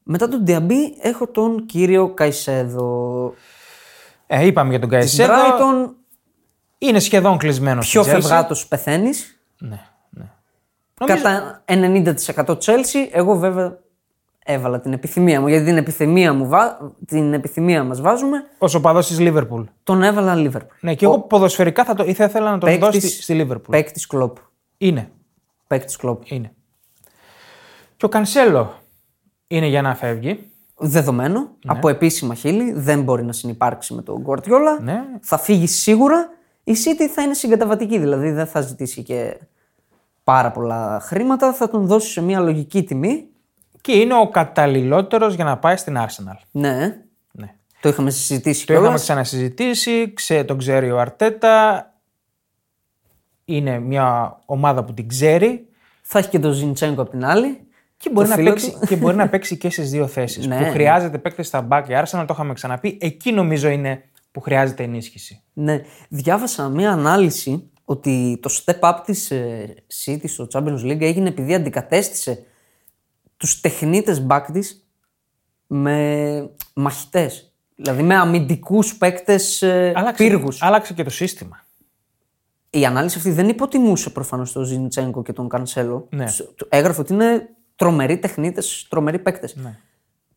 Μετά τον Διαμπή έχω τον κύριο Καϊσέδο. Ε, είπαμε για τον Στην Καϊσέδο. Brighton Είναι σχεδόν κλεισμένο. πιο στην Chelsea. φευγάτος πεθαίνεις. Ναι, ναι. Κατά 90% Chelsea, εγώ βέβαια έβαλα την επιθυμία μου, γιατί την επιθυμία, μου, βα- την επιθυμία μας βάζουμε, Ο σοπαδός της Λίβερπουλ. τον έβαλα Liverpool. Ναι, και εγώ ποδοσφαιρικά θα το, ήθελα να τον Παίκτης- δώσει στη- στη Λίβερπουλ. Παίκτης κλόπ. Είναι. Παίκτης κλόπ. Είναι. Και ο Κανσέλο είναι για να φεύγει. Δεδομένο, Ναι. από επίσημα χείλη, δεν μπορεί να συνεπάρξει με τον Guardiola. Ναι. Θα φύγει σίγουρα. Η City θα είναι συγκαταβατική, δηλαδή δεν θα ζητήσει και πάρα πολλά χρήματα. Θα τον δώσει σε μια λογική τιμή. Και είναι ο καταλληλότερος για να πάει στην Arsenal. Ναι, Ναι. το είχαμε συζητήσει Το κιόλας. είχαμε ξανασυζητήσει, ξέ, τον ξέρει ο Αρτέτα. Είναι μια ομάδα που την ξέρει Θα έχει και τον Ζιντσέγκο απ' την άλλη. Και μπορεί, Το να φίλο παίξει, του. και μπορεί να παίξει και στις δύο θέσεις. Ναι, που ναι. χρειάζεται παίκτες στα μπακ. Άρα, σαν να το είχαμε ξαναπεί, εκεί νομίζω είναι που χρειάζεται ενίσχυση. Ναι, διάβασα μία ανάλυση ότι το step-up της ε, City στο Champions League έγινε επειδή αντικατέστησε τους τεχνίτες μπακ της με μαχητές. Δηλαδή με αμυντικούς παίκτες ε, πύργους. άλλαξε και το σύστημα. Η ανάλυση αυτή δεν υποτιμούσε προφανώς τον Ζιντσέγκο και τον Κανσέλο. Ναι. Τους- του- Έγραφε ότι είναι τρομεροί τεχνίτες, τρομεροί παίκτες. Ναι.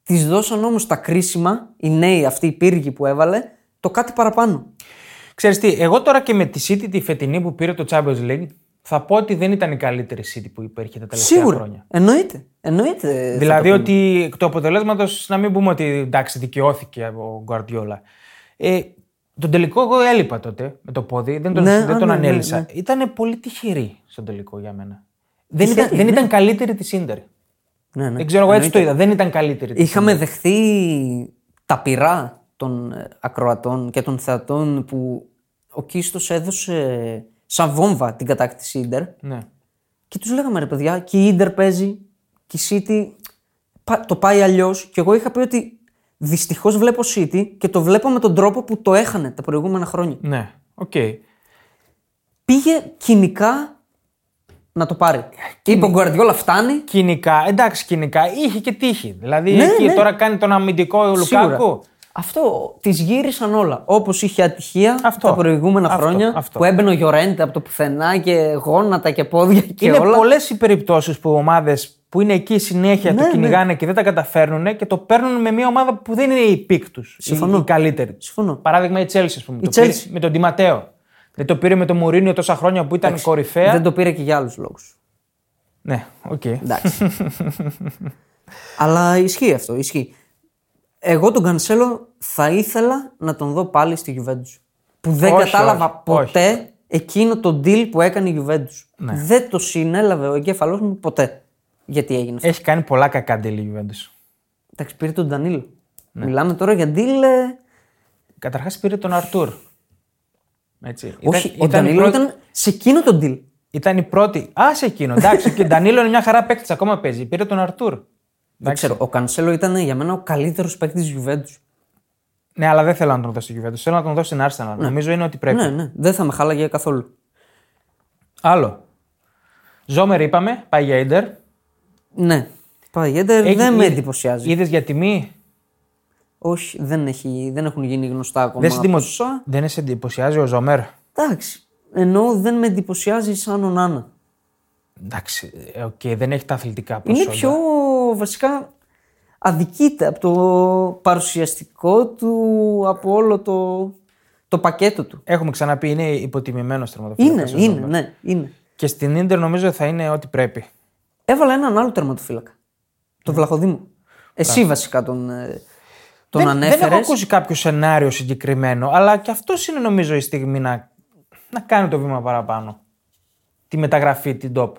Τις δώσαν όμως τα κρίσιμα, οι νέοι αυτοί οι πύργοι που έβαλε, το κάτι παραπάνω. Ξέρεις τι, εγώ τώρα και με τη City τη φετινή που πήρε το Champions League, θα πω ότι δεν ήταν η καλύτερη City που υπήρχε τα τελευταία Σίγουρα. χρόνια. Εννοείται. Εννοείται. θα Δηλαδή το ότι εκ του αποτελέσματος, να μην πούμε ότι εντάξει, δικαιώθηκε ο Γκουαρδιόλα. Ε, τον τελικό εγώ έλειπα τότε με το πόδι, δεν τον, Ναι, δεν α, τον ναι, ναι, ανέλησα. ναι. Ήταν πολύ τυχερή στον τελικό για μένα. Δεν, Τυχερή, ήταν, δεν ναι. ήταν καλύτερη της Ίντερ. Ναι, ναι. Δεν ξέρω, εγώ Ναι. έτσι το είδα. Δεν ήταν καλύτερη. της. Είχαμε δεχθεί τα πυρά των ε, ακροατών και των θεατών που ο Κίστος έδωσε σαν βόμβα την κατάκτηση Ίντερ Ναι. και τους λέγαμε ρε παιδιά και η Ίντερ παίζει και η City πα- το πάει αλλιώς. και εγώ είχα πει ότι δυστυχώς βλέπω City και το βλέπω με τον τρόπο που το έχανε τα προηγούμενα χρόνια. Ναι. Οκ. Πήγε κοινικά να το πάρει. Είπε ο Γκουαρδιόλα φτάνει Κοινικά, εντάξει, κοινικά. Είχε και τύχη. Δηλαδή Ναι, εκεί ναι. τώρα κάνει τον αμυντικό ο Λουκάκου. Σίγουρα. Αυτό τις γύρισαν όλα. Όπως είχε ατυχία Αυτό. τα προηγούμενα Αυτό, χρόνια αυτό. που έμπαινε ο Γιωρέντε από το πουθενά και γόνατα και πόδια και είναι όλα. πολλές οι περιπτώσεις που ομάδες που είναι εκεί συνέχεια, Ναι, το ναι. κυνηγάνε και δεν τα καταφέρνουν και το παίρνουν με μια ομάδα που δεν είναι η πικ τους. Συμφωνώ. Η, η καλύτερη. Συμφωνώ. Παράδειγμα η Chelsea, ας πούμε. το Chelsea. πήρε με τον Ντιματέο. Δεν το πήρε με τον Μουρίνιο τόσα χρόνια που ήταν κορυφαία. Δεν το πήρε και για άλλους λόγους. Ναι, οκ. Εντάξει. Αλλά ισχύει αυτό, ισχύει. Εγώ τον Κανσέλο θα ήθελα να τον δω πάλι στη Γιουβέντους. Που δεν Όχι, κατάλαβα όχι, Ναι. ποτέ εκείνο το deal που έκανε η Γιουβέντους. Δεν το συνέλαβε ο εγκέφαλός μου ποτέ. Γιατί έγινε αυτό. Έχει κάνει πολλά κακά ντελή η Juventus. Ε- Εντάξει, πήρε τον Ντανίλο. Ναι. Μιλάμε τώρα για deal. ε, Καταρχάς πήρε τον Αρτούρ. Έτσι. Όχι, ο η Ντανίλο πρώτη- ήταν σε εκείνο τον deal. ήταν η πρώτη. Α σε εκείνο. Εντάξει, και Ντανίλο είναι μια χαρά παίκτης, ακόμα παίζει. Πήρε τον Αρτούρ. Δεν ξέρω, ο Κανσέλο ήταν για μένα ο καλύτερος παίκτης της Juventus. Ναι, αλλά δεν θέλω να τον δώσω στη Juventus. Θέλω να τον δώσω στην Arsenal. Νομίζω είναι ότι πρέπει. Ναι, ναι, δεν θα με χάλαγε καθόλου. Άλλο. Ζόμερ είπαμε, πάει για Ιντερ. Ναι. Πάει, η Έντερ δεν ε- με εντυπωσιάζει. Είδες για τιμή. Όχι, δεν, έχει, δεν έχουν γίνει γνωστά ακόμα. Δεν σε, εντυπω- ποσά. δεν σε εντυπωσιάζει ο Ζόμερ. Εντάξει. Ενώ δεν με εντυπωσιάζει σαν ο Νάνα. Εντάξει, ε, οκ, δεν έχει τα αθλητικά προσόντα. Είναι πιο βασικά αδικείται από το παρουσιαστικό του, από όλο το, το πακέτο του. Έχουμε ξαναπεί, είναι υποτιμημένο Είναι, τερματοφύλακα. είναι, ναι, είναι. Και στην Ιντερ νομίζω θα είναι ό,τι πρέπει. Έβαλα έναν άλλο τερματοφύλακα. Τον Ναι. Βλαχοδήμο. Εσύ βασικά τον, ε, τον δεν, ανέφερες. δεν έχω ακούσει κάποιο σενάριο συγκεκριμένο, αλλά και αυτός είναι νομίζω η στιγμή να, να κάνει το βήμα παραπάνω. Τη μεταγραφή, την top.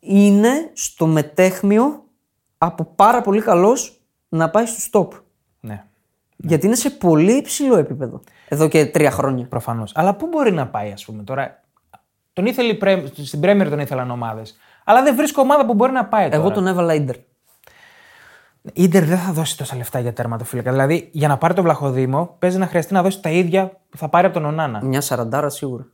Είναι στο μετέχμιο από πάρα πολύ καλός να πάει στους top. Ναι, Γιατί είναι σε πολύ υψηλό επίπεδο. Εδώ και τρία χρόνια. προφανώς. Αλλά πού μπορεί να πάει, ας πούμε τώρα. Τον ήθελε η Πρέμ- στην Πρέμερ τον ήθελαν ομάδες. Αλλά δεν βρίσκω ομάδα που μπορεί να πάει. Τώρα. Εγώ τον έβαλα ίντερ. Η Ιντερ δεν θα δώσει τόσα λεφτά για τερματοφύλακα. Δηλαδή, για να πάρει τον Βλαχοδήμο, παίζει να χρειαστεί να δώσει τα ίδια που θα πάρει από τον Ονάνα. Μια σαραντάρα σίγουρα.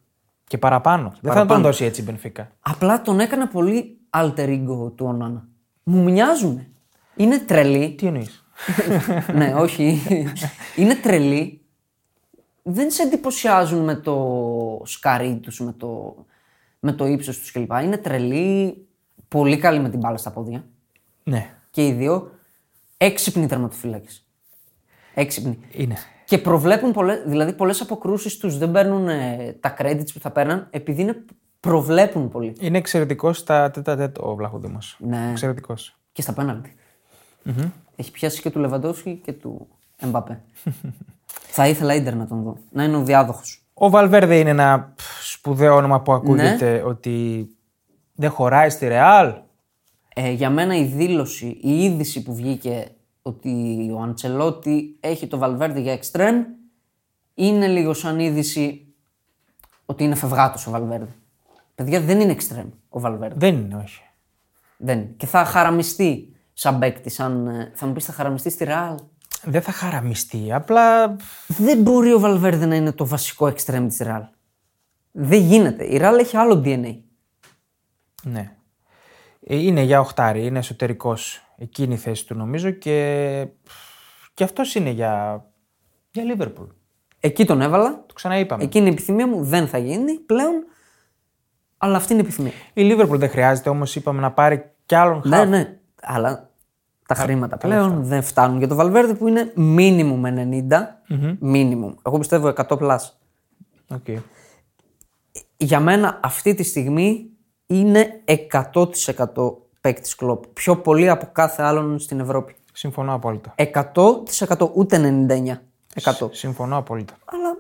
Και παραπάνω. Δεν θα τον δώσει έτσι η Μπενφίκα. Απλά τον έκανα πολύ alter ego του Ονάνα. Μου μοιάζουν. Είναι τρελή. Τι εννοείς. ναι, όχι. είναι τρελή. Δεν σε εντυπωσιάζουν με το σκαρί τους, με το, με το ύψος τους κλπ. Είναι τρελή, πολύ καλή με την μπάλα στα πόδια. Ναι, Και οι δύο έξυπνοι τερματοφύλακες. Έξυπνοι. είναι. Και προβλέπουν πολλές, δηλαδή πολλές αποκρούσεις τους δεν παίρνουν ε, τα credits που θα παίρναν επειδή είναι, προβλέπουν πολύ. Είναι εξαιρετικός στα τέτα τέτα ο Βλαχοδήμος. Ναι. Εξαιρετικός. Και στα πέναλτι. Έχει πιάσει και του Λεβαντόφσκι και του Εμπαπέ. θα ήθελα ίντερ να τον δω. Να είναι ο διάδοχος. Ο Βαλβέρδε είναι ένα πφ, σπουδαίο όνομα που ακούγεται ότι δεν χωράει στη Ρεάλ. Ε, για μένα η δήλωση, η είδηση που βγήκε ότι ο Αντσελότη έχει το Βαλβέρντε για εξτρέμ είναι λίγο σαν είδηση ότι είναι φευγάτος ο Βαλβέρντε. Παιδιά δεν είναι εξτρέμ ο Βαλβέρντε. Δεν είναι, όχι. Δεν. είναι. Και θα χαραμιστεί σαν παίκτη, σαν. ε, Θα μου πεις, θα χαραμιστεί στη Ρεάλ. Δεν θα χαραμιστεί. Απλά Δεν μπορεί ο Βαλβέρδε να είναι το βασικό εξτρέμ τη Ρεάλ. Δεν γίνεται. Η Ρεάλ έχει άλλο DNA. Ναι. Ε, Είναι για οχτάρι, είναι εσωτερικός εκείνη η θέση του νομίζω και, και αυτός είναι για, για Liverpool. Εκεί τον έβαλα. Το ξαναείπαμε. Εκεί είναι η επιθυμία μου. Δεν θα γίνει πλέον. Αλλά αυτή είναι η επιθυμία. Η Liverpool δεν χρειάζεται όμως, είπαμε να πάρει κι άλλον Ναι, ναι. Αλλά τα χρήματα πλέον δεν φτάνουν για το Βαλβέρδε που είναι minimum 90. Minimum. Εγώ πιστεύω 100 πλάσ. ναι. Οκ. Για μένα αυτή τη στιγμή είναι 100% παίκτης κλοπ. Πιο πολύ από κάθε άλλον στην Ευρώπη. Συμφωνώ απόλυτα. 100% ούτε 99%. 100. Συμφωνώ απόλυτα. Αλλά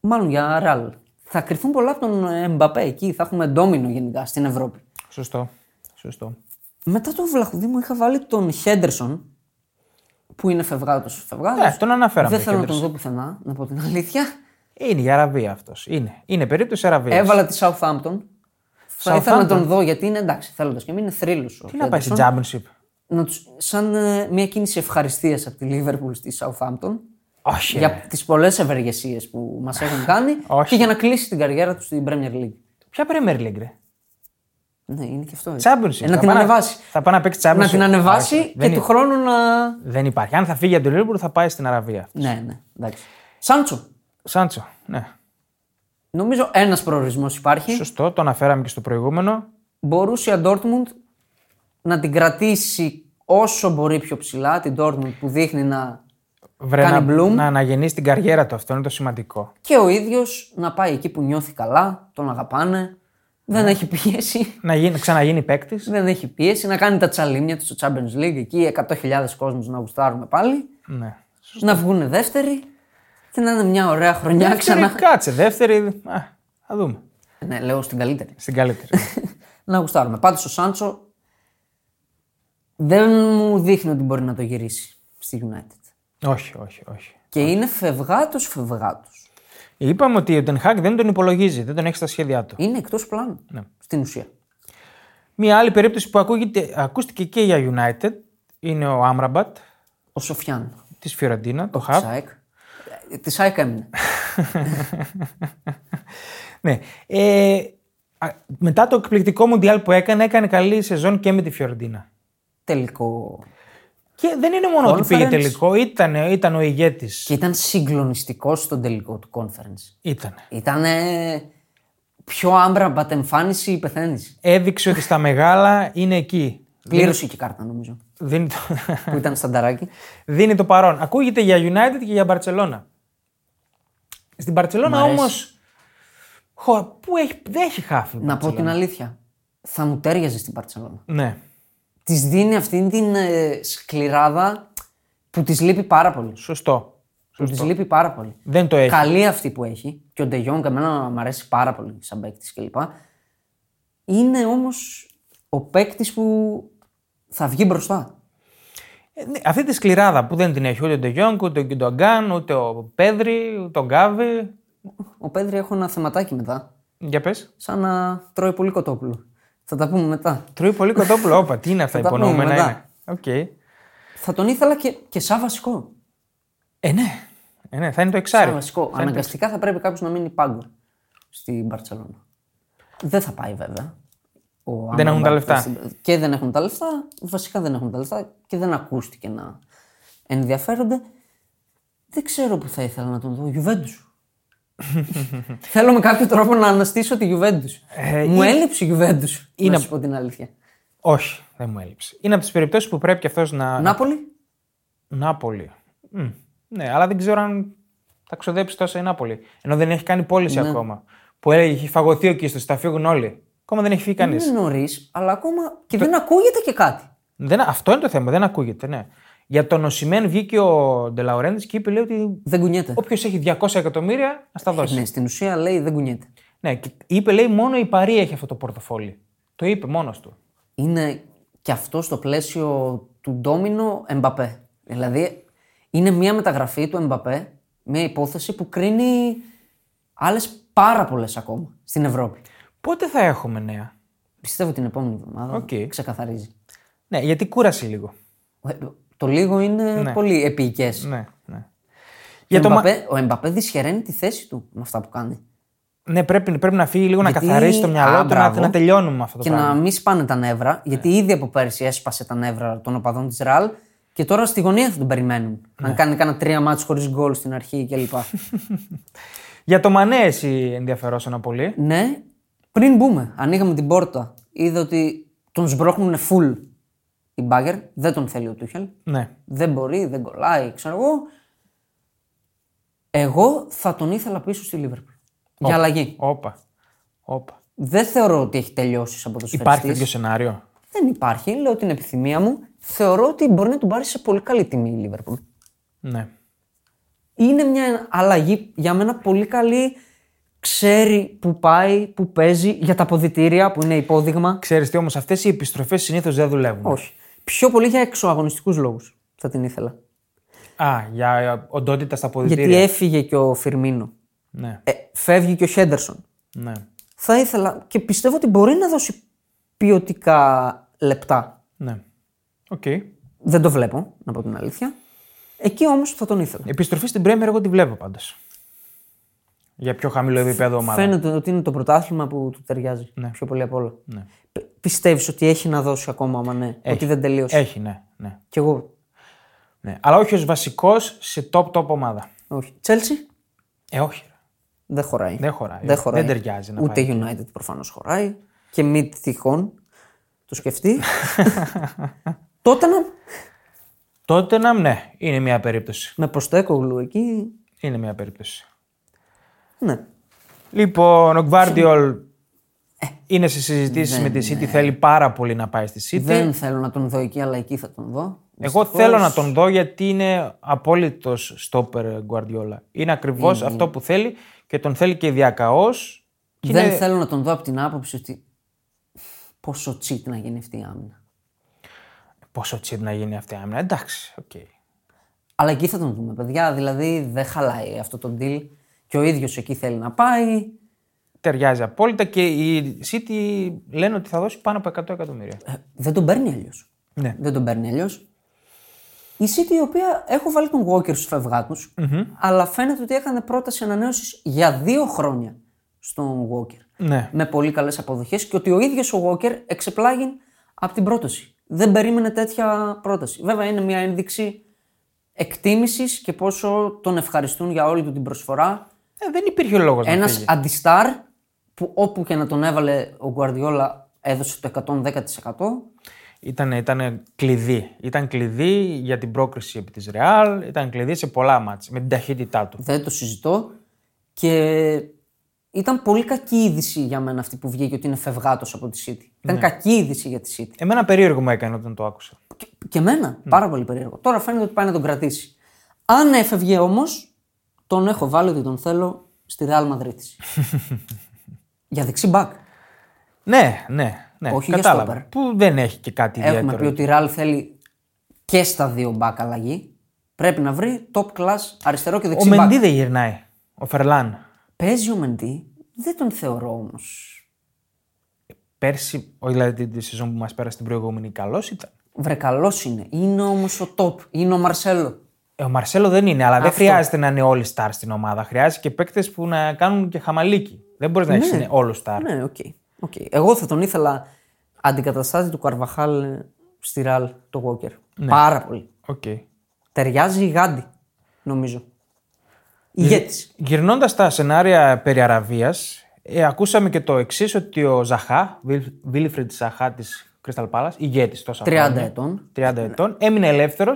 μάλλον για ραλ. Θα κρυφθούν πολλά από τον ε, Μμπαπέ εκεί. Θα έχουμε ντόμινο γενικά στην Ευρώπη. Σωστό. Σωστό. Μετά τον Βλαχουδήμο είχα βάλει τον Χέντερσον που είναι φευγάτος φευγάτος. Ναι, τον αναφέραμε, Δεν θέλω να τον Χέντερσον. δω πουθενά, να πω την αλήθεια. Είναι για αραβία αυτός. Είναι. Είναι περίπτωση αραβίας. Έβαλα τη Southampton. Θα ήθελα να τον δω γιατί είναι εντάξει, θέλοντας και μην είναι θρύλος ο Τι να πάει στη Χέντερσον. Championship. να τους, σαν ε, μια κίνηση ευχαριστίας από τη Λίβερπουλ στη Southampton Όχι. για ρε. τις πολλές ευεργεσίες που μας έχουν κάνει Όχι. και για να κλείσει την καριέρα τους στην Premier League. Ποια Premier League, ρε. Ναι, είναι και αυτό. ε. Championship. Ε, να Θα την πάει ανεβάσει. Θα πάει να παίξει Championship. Να την ανεβάσει Όχι, και δεν του είναι. χρόνου να. Δεν υπάρχει. Αν θα φύγει από το Liverpool θα πάει στην Αραβία. Ναι, ναι, εντάξει. Σάντσο. Σάντσο, ναι. Νομίζω ένας προορισμός υπάρχει. Σωστό, το αναφέραμε και στο προηγούμενο. Μπορούσε η Dortmund να την κρατήσει όσο μπορεί πιο ψηλά. Την Dortmund που δείχνει να. Βρε, Κάνει να, bloom. να αναγεννήσει την καριέρα του, αυτό είναι το σημαντικό. και ο ίδιος να πάει εκεί που νιώθει καλά, τον αγαπάνε. Δεν Ναι. έχει πίεση. Να γίνει, ξαναγίνει παίκτης. Δεν έχει πίεση να κάνει τα τσαλίμια του στο Champions League εκεί, 100.000 κόσμους να γουστάρουμε πάλι. Ναι. Να βγουν δεύτεροι και να είναι μια ωραία χρονιά Δεύτερη, ξανά. κάτσε. Δεύτερη. Α, θα δούμε. Ναι, λέω στην καλύτερη. Στην καλύτερη. να γουστάρουμε. Πάντως ο Σάντσο δεν μου δείχνει ότι μπορεί να το γυρίσει στη United. όχι, όχι, όχι. Και είναι φευγάτος φευγάτος. Είπαμε ότι ο Ten Hag δεν τον υπολογίζει, δεν τον έχει στα σχέδιά του. Είναι εκτός πλάνου. Ναι. Στην ουσία. Μία άλλη περίπτωση που ακούγεται, ακούστηκε και για United είναι ο Άμραμπατ Ο Σοφιάν. της Φιωρεντίνα, το Χαβ. Σάικ. Ε, Τη Σάικ έμεινε. Ναι. Ε, α, μετά το εκπληκτικό μουντιάλ που έκανε, έκανε καλή σεζόν και με τη Φιωρεντίνα. Τελικό. Και δεν είναι μόνο ότι πήγε Conference. τελικό, ήταν, ήταν ο ηγέτης. Και ήταν συγκλονιστικός στον τελικό του conference. Ήταν. Ήταν πιο άμπρα εμφάνιση πεθαίνει. Ναι. Έδειξε ότι στα μεγάλα είναι εκεί. Πλήρωσε και η κάρτα νομίζω. Δίνει το, που ήταν στανταράκι. δίνει το παρόν. Ακούγεται για United και για Barcelona. Στην Barcelona αρέσει. όμω. Πού έχει, δεν έχει χάφι. Να πω την αλήθεια. Θα μου τέριαζε στην Παρσελόνα. Ναι. Της δίνει αυτή την ε, σκληράδα που της λείπει πάρα πολύ. Σωστό. Που της λείπει πάρα πολύ. Δεν το έχει. Καλή αυτή που έχει. Και ο Ντε Γιόνγκ, εμένα μου αρέσει πάρα πολύ σαν παίκτης κλπ. Είναι όμως ο παίκτης που θα βγει μπροστά. Ε, ναι, αυτή τη σκληράδα που δεν την έχει ούτε ο Ντεγιόνγκ, ούτε ο Γκιντογκάν, ούτε ο Πέδρη, ούτε ο Γκάβι. Ο Πέδρη έχω ένα θεματάκι μετά. Για πες. Σαν να τρώει πολύ κοτόπουλο. Θα τα πούμε μετά. Τρώει πολύ κοτόπουλο. Όπα, τι είναι αυτά Θα τα πούμε υπονοούμενα. μετά. είναι. Οκ. Θα τον ήθελα και, και σαν βασικό. Ε, ναι. Ε, ναι, θα είναι το Σαν εξάρι. βασικό. Αναγκαστικά θα πρέπει κάποιος να μείνει πάγκο στην Μπαρσελόνα. Δεν θα πάει βέβαια. Ο Άμραμπατ έχουν τα λεφτά. στην- Και δεν έχουν τα λεφτά. Βασικά δεν έχουν τα λεφτά και δεν ακούστηκε να ενδιαφέρονται. Δεν ξέρω που θα ήθελα να τον δω. Γιουβέντους. Θέλω με κάποιο τρόπο να αναστήσω τη Γιουβέντους. Ε, Μου είναι- έλειψε η Γιουβέντους. είναι- Να σου πω την αλήθεια. Όχι, δεν μου έλειψε. Είναι από τις περιπτώσεις που πρέπει και αυτός να. Νάπολη. Νάπολη. Μμ. Ναι, αλλά δεν ξέρω αν θα ξοδέψει τόσα η Νάπολη. Ενώ δεν έχει κάνει Ναι. πώληση ακόμα. Που έλεγε, έχει φαγωθεί ο Κίστος, θα φύγουν όλοι. Ακόμα δεν έχει φύγει κανείς. Είναι νωρίς, αλλά ακόμα και δεν ακούγεται και κάτι. Δεν... Αυτό είναι το θέμα, δεν ακούγεται, ναι. Για τον Οσημέν βγήκε ο Ντελαουρέντη και είπε λέει ότι Δεν κουνιέται. όποιος έχει 200 εκατομμύρια να τα δώσει. Ναι, στην ουσία λέει δεν κουνιέται. Ναι, και είπε λέει μόνο η Παρή έχει αυτό το πορτοφόλι. Το είπε μόνος του. είναι και αυτό στο πλαίσιο του ντόμινο Εμπαπέ. Δηλαδή, είναι μια μεταγραφή του Εμπαπέ, μια υπόθεση που κρίνει άλλες πάρα πολλές ακόμα στην Ευρώπη. Πότε θα έχουμε νέα. Πιστεύω την επόμενη εβδομάδα Οκ. ξεκαθαρίζει. Ναι, γιατί κούρασε λίγο. Ε, Το λίγο είναι Ναι. πολύ επίοικες. Ναι, ναι. Για Για ο, το μα- Εμπαπέ, ο Εμπαπέ δυσχεραίνει τη θέση του με αυτά που κάνει. Ναι, πρέπει, πρέπει να φύγει λίγο Γιατί- να καθαρίσει το Α, μυαλό του, να, μπράβο. να τελειώνουμε με αυτό το Ναι. και πράγμα. να μην σπάνε τα νεύρα, γιατί ήδη από πέρσι έσπασε τα νεύρα των οπαδών της Ραλ και τώρα στη γωνία θα τον περιμένουν. Ναι. Αν κάνει κάνα τρία μάτς χωρίς γκολ στην αρχή κλπ. Για το Μανέ, εσύ ενδιαφερόσασταν πολύ. ναι, πριν μπούμε, ανοίγαμε την πόρτα. Είδα ότι τον σμπρώχνουν full η μπάγκερ. Δεν τον θέλει ο Τούχελ. Ναι. Δεν μπορεί, δεν κολλάει, ξέρω εγώ. Εγώ θα τον ήθελα πίσω στη Λίβερπουλ. Για αλλαγή. Όπα. Όπα. Δεν θεωρώ ότι έχει τελειώσει από το Υπάρχει τέτοιο σενάριο. Δεν υπάρχει. Λέω την επιθυμία μου. Θεωρώ ότι μπορεί να τον πάρει σε πολύ καλή τιμή η Λίβερπουλ. Ναι. Είναι μια αλλαγή για μένα πολύ καλή. Ξέρει που πάει, που παίζει, για τα αποδητήρια που είναι υπόδειγμα. Ξέρεις τι όμως, αυτές οι επιστροφές συνήθως δεν δουλεύουν. Όχι. Πιο πολύ για εξωαγωνιστικούς λόγους θα την ήθελα. Α, για ε, οντότητα στα αποδητήρια. Γιατί ε- έφυγε και ο Φιρμίνο. Ναι, Ε, φεύγει και ο Χέντερσον. ναι, θα ήθελα και πιστεύω ότι μπορεί να δώσει ποιοτικά λεπτά. ναι. Οκ. Δεν το βλέπω, να πω την αλήθεια. Εκεί όμως θα τον ήθελα. Επιστροφή στην Πρέμερ, εγώ τη βλέπω πάντως. Για πιο χαμηλό επίπεδο ομάδα. Φαίνεται ότι είναι το πρωτάθλημα που του ταιριάζει πιο πολύ απ' όλα. Ναι. Πιστεύεις ότι έχει να δώσει ακόμα άμα ναι, ότι δεν τελείωσε. Έχει, ναι, ναι, Κι εγώ. ναι. Αλλά όχι ως βασικός σε top top ομάδα. Όχι. Τσέλσι Ε, όχι. ρε. δεν χωράει. Δεν χωράει. Δεν, χωράει. Δεν ταιριάζει να Ούτε United προφανώς χωράει. Και μη τυχόν το σκεφτεί. Τότε να. Τότε να ναι, είναι μια περίπτωση. Με προστέκογλου εκεί. Είναι μια περίπτωση. Ναι. Λοιπόν, ο Γκβάρντιολ Ε. είναι σε συζητήσεις με τη City. Θέλει πάρα πολύ να πάει στη City. Δεν θέλω να τον δω εκεί, αλλά εκεί θα τον δω. Εγώ θέλω να τον δω γιατί είναι απόλυτος στόπερ Γκουαρδιόλα. Είναι ακριβώς αυτό που θέλει και τον θέλει και διακαώς. Δεν θέλω να τον δω από την άποψη ότι πόσο τσίτ να γίνει αυτή η άμυνα. Πόσο τσιπ να γίνει αυτή η άμυνα. Εντάξει, οκ. Αλλά εκεί θα τον δούμε, παιδιά. Δηλαδή δεν χαλάει αυτό το deal. Και ο ίδιος εκεί θέλει να πάει. Ταιριάζει απόλυτα και η City λένε ότι θα δώσει πάνω από 100 εκατομμύρια. Ε, δεν τον παίρνει αλλιώς. Ναι. Δεν τον παίρνει αλλιώς. Η City, η οποία έχω βάλει τον Walker στους φευγάτους, αλλά φαίνεται ότι έκανε πρόταση ανανέωσης για δύο χρόνια στον Walker. Ναι. με πολύ καλές αποδοχές και ότι ο ίδιος ο Walker εξεπλάγει από την πρόταση. Δεν περίμενε τέτοια πρόταση. Βέβαια, είναι μια ένδειξη εκτίμησης και πόσο τον ευχαριστούν για όλη του την προσφορά. Ε, δεν υπήρχε λόγος να Ένας φύγει. αντιστάρ που όπου και να τον έβαλε ο Γκουαρδιόλα έδωσε το 110%. Ήταν, ήτανε κλειδί. Ήταν κλειδί για την πρόκριση επί της Ρεάλ, ήταν κλειδί σε πολλά μάτς, με την ταχύτητά του. Δεν το συζητώ. Και ήταν πολύ κακή είδηση για μένα αυτή που βγήκε ότι είναι φευγάτος από τη City. Ήταν Ναι. κακή είδηση για τη City. Εμένα περίεργο μου έκανε όταν το άκουσα. Και, και εμένα. Ναι. Πάρα πολύ περίεργο. Τώρα φαίνεται ότι πάει να τον κρατήσει. Αν έφευγε όμως, τον έχω βάλει ότι τον θέλω στη Real Madrid. για δεξί μπακ. Ναι, ναι, ναι. Όχι για κατάλαβα. στόπερ. που δεν έχει και κάτι Έχουμε ιδιαίτερο. πει ότι η Real θέλει και στα δύο μπακ αλλαγή. Πρέπει να βρει top class αριστερό και Ο δεξί μπακ. Μεντί δεν γυρνάει. Ο Φερλάν. Παίζει ο Μεντί, δεν τον θεωρώ όμως. Πέρσι, ο- δηλαδή τη, τη σεζόν που μας πέρασε την προηγούμενη, καλός ήταν. Βρε, καλός είναι. Είναι όμως ο top. Είναι ο Μαρσέλο. Ε, ο Μαρσέλο δεν είναι, αλλά δεν χρειάζεται να είναι όλοι star στην ομάδα. Χρειάζεται και παίκτες που να κάνουν και χαμαλίκι. Δεν μπορεί να έχεις ναι. όλο star. Ναι, οκ. οκ. Εγώ θα τον ήθελα αντικαταστάτη του Καρβαχάλ ε, στη Ραλ, το Walker. Ναι. Πάρα πολύ. Οκ. Ταιριάζει η Γάντι, νομίζω. Ε, Ηγέτης. Γυρνώντας τα σενάρια περί Αραβίας, ε, ακούσαμε και το εξής ότι ο Ζαχά, Βίλ- Βίλφρεντ Ζαχά της Crystal Palace, ηγέτης τόσα 30 χρόνια, ετών. 30 ετών, έμεινε ελεύθερος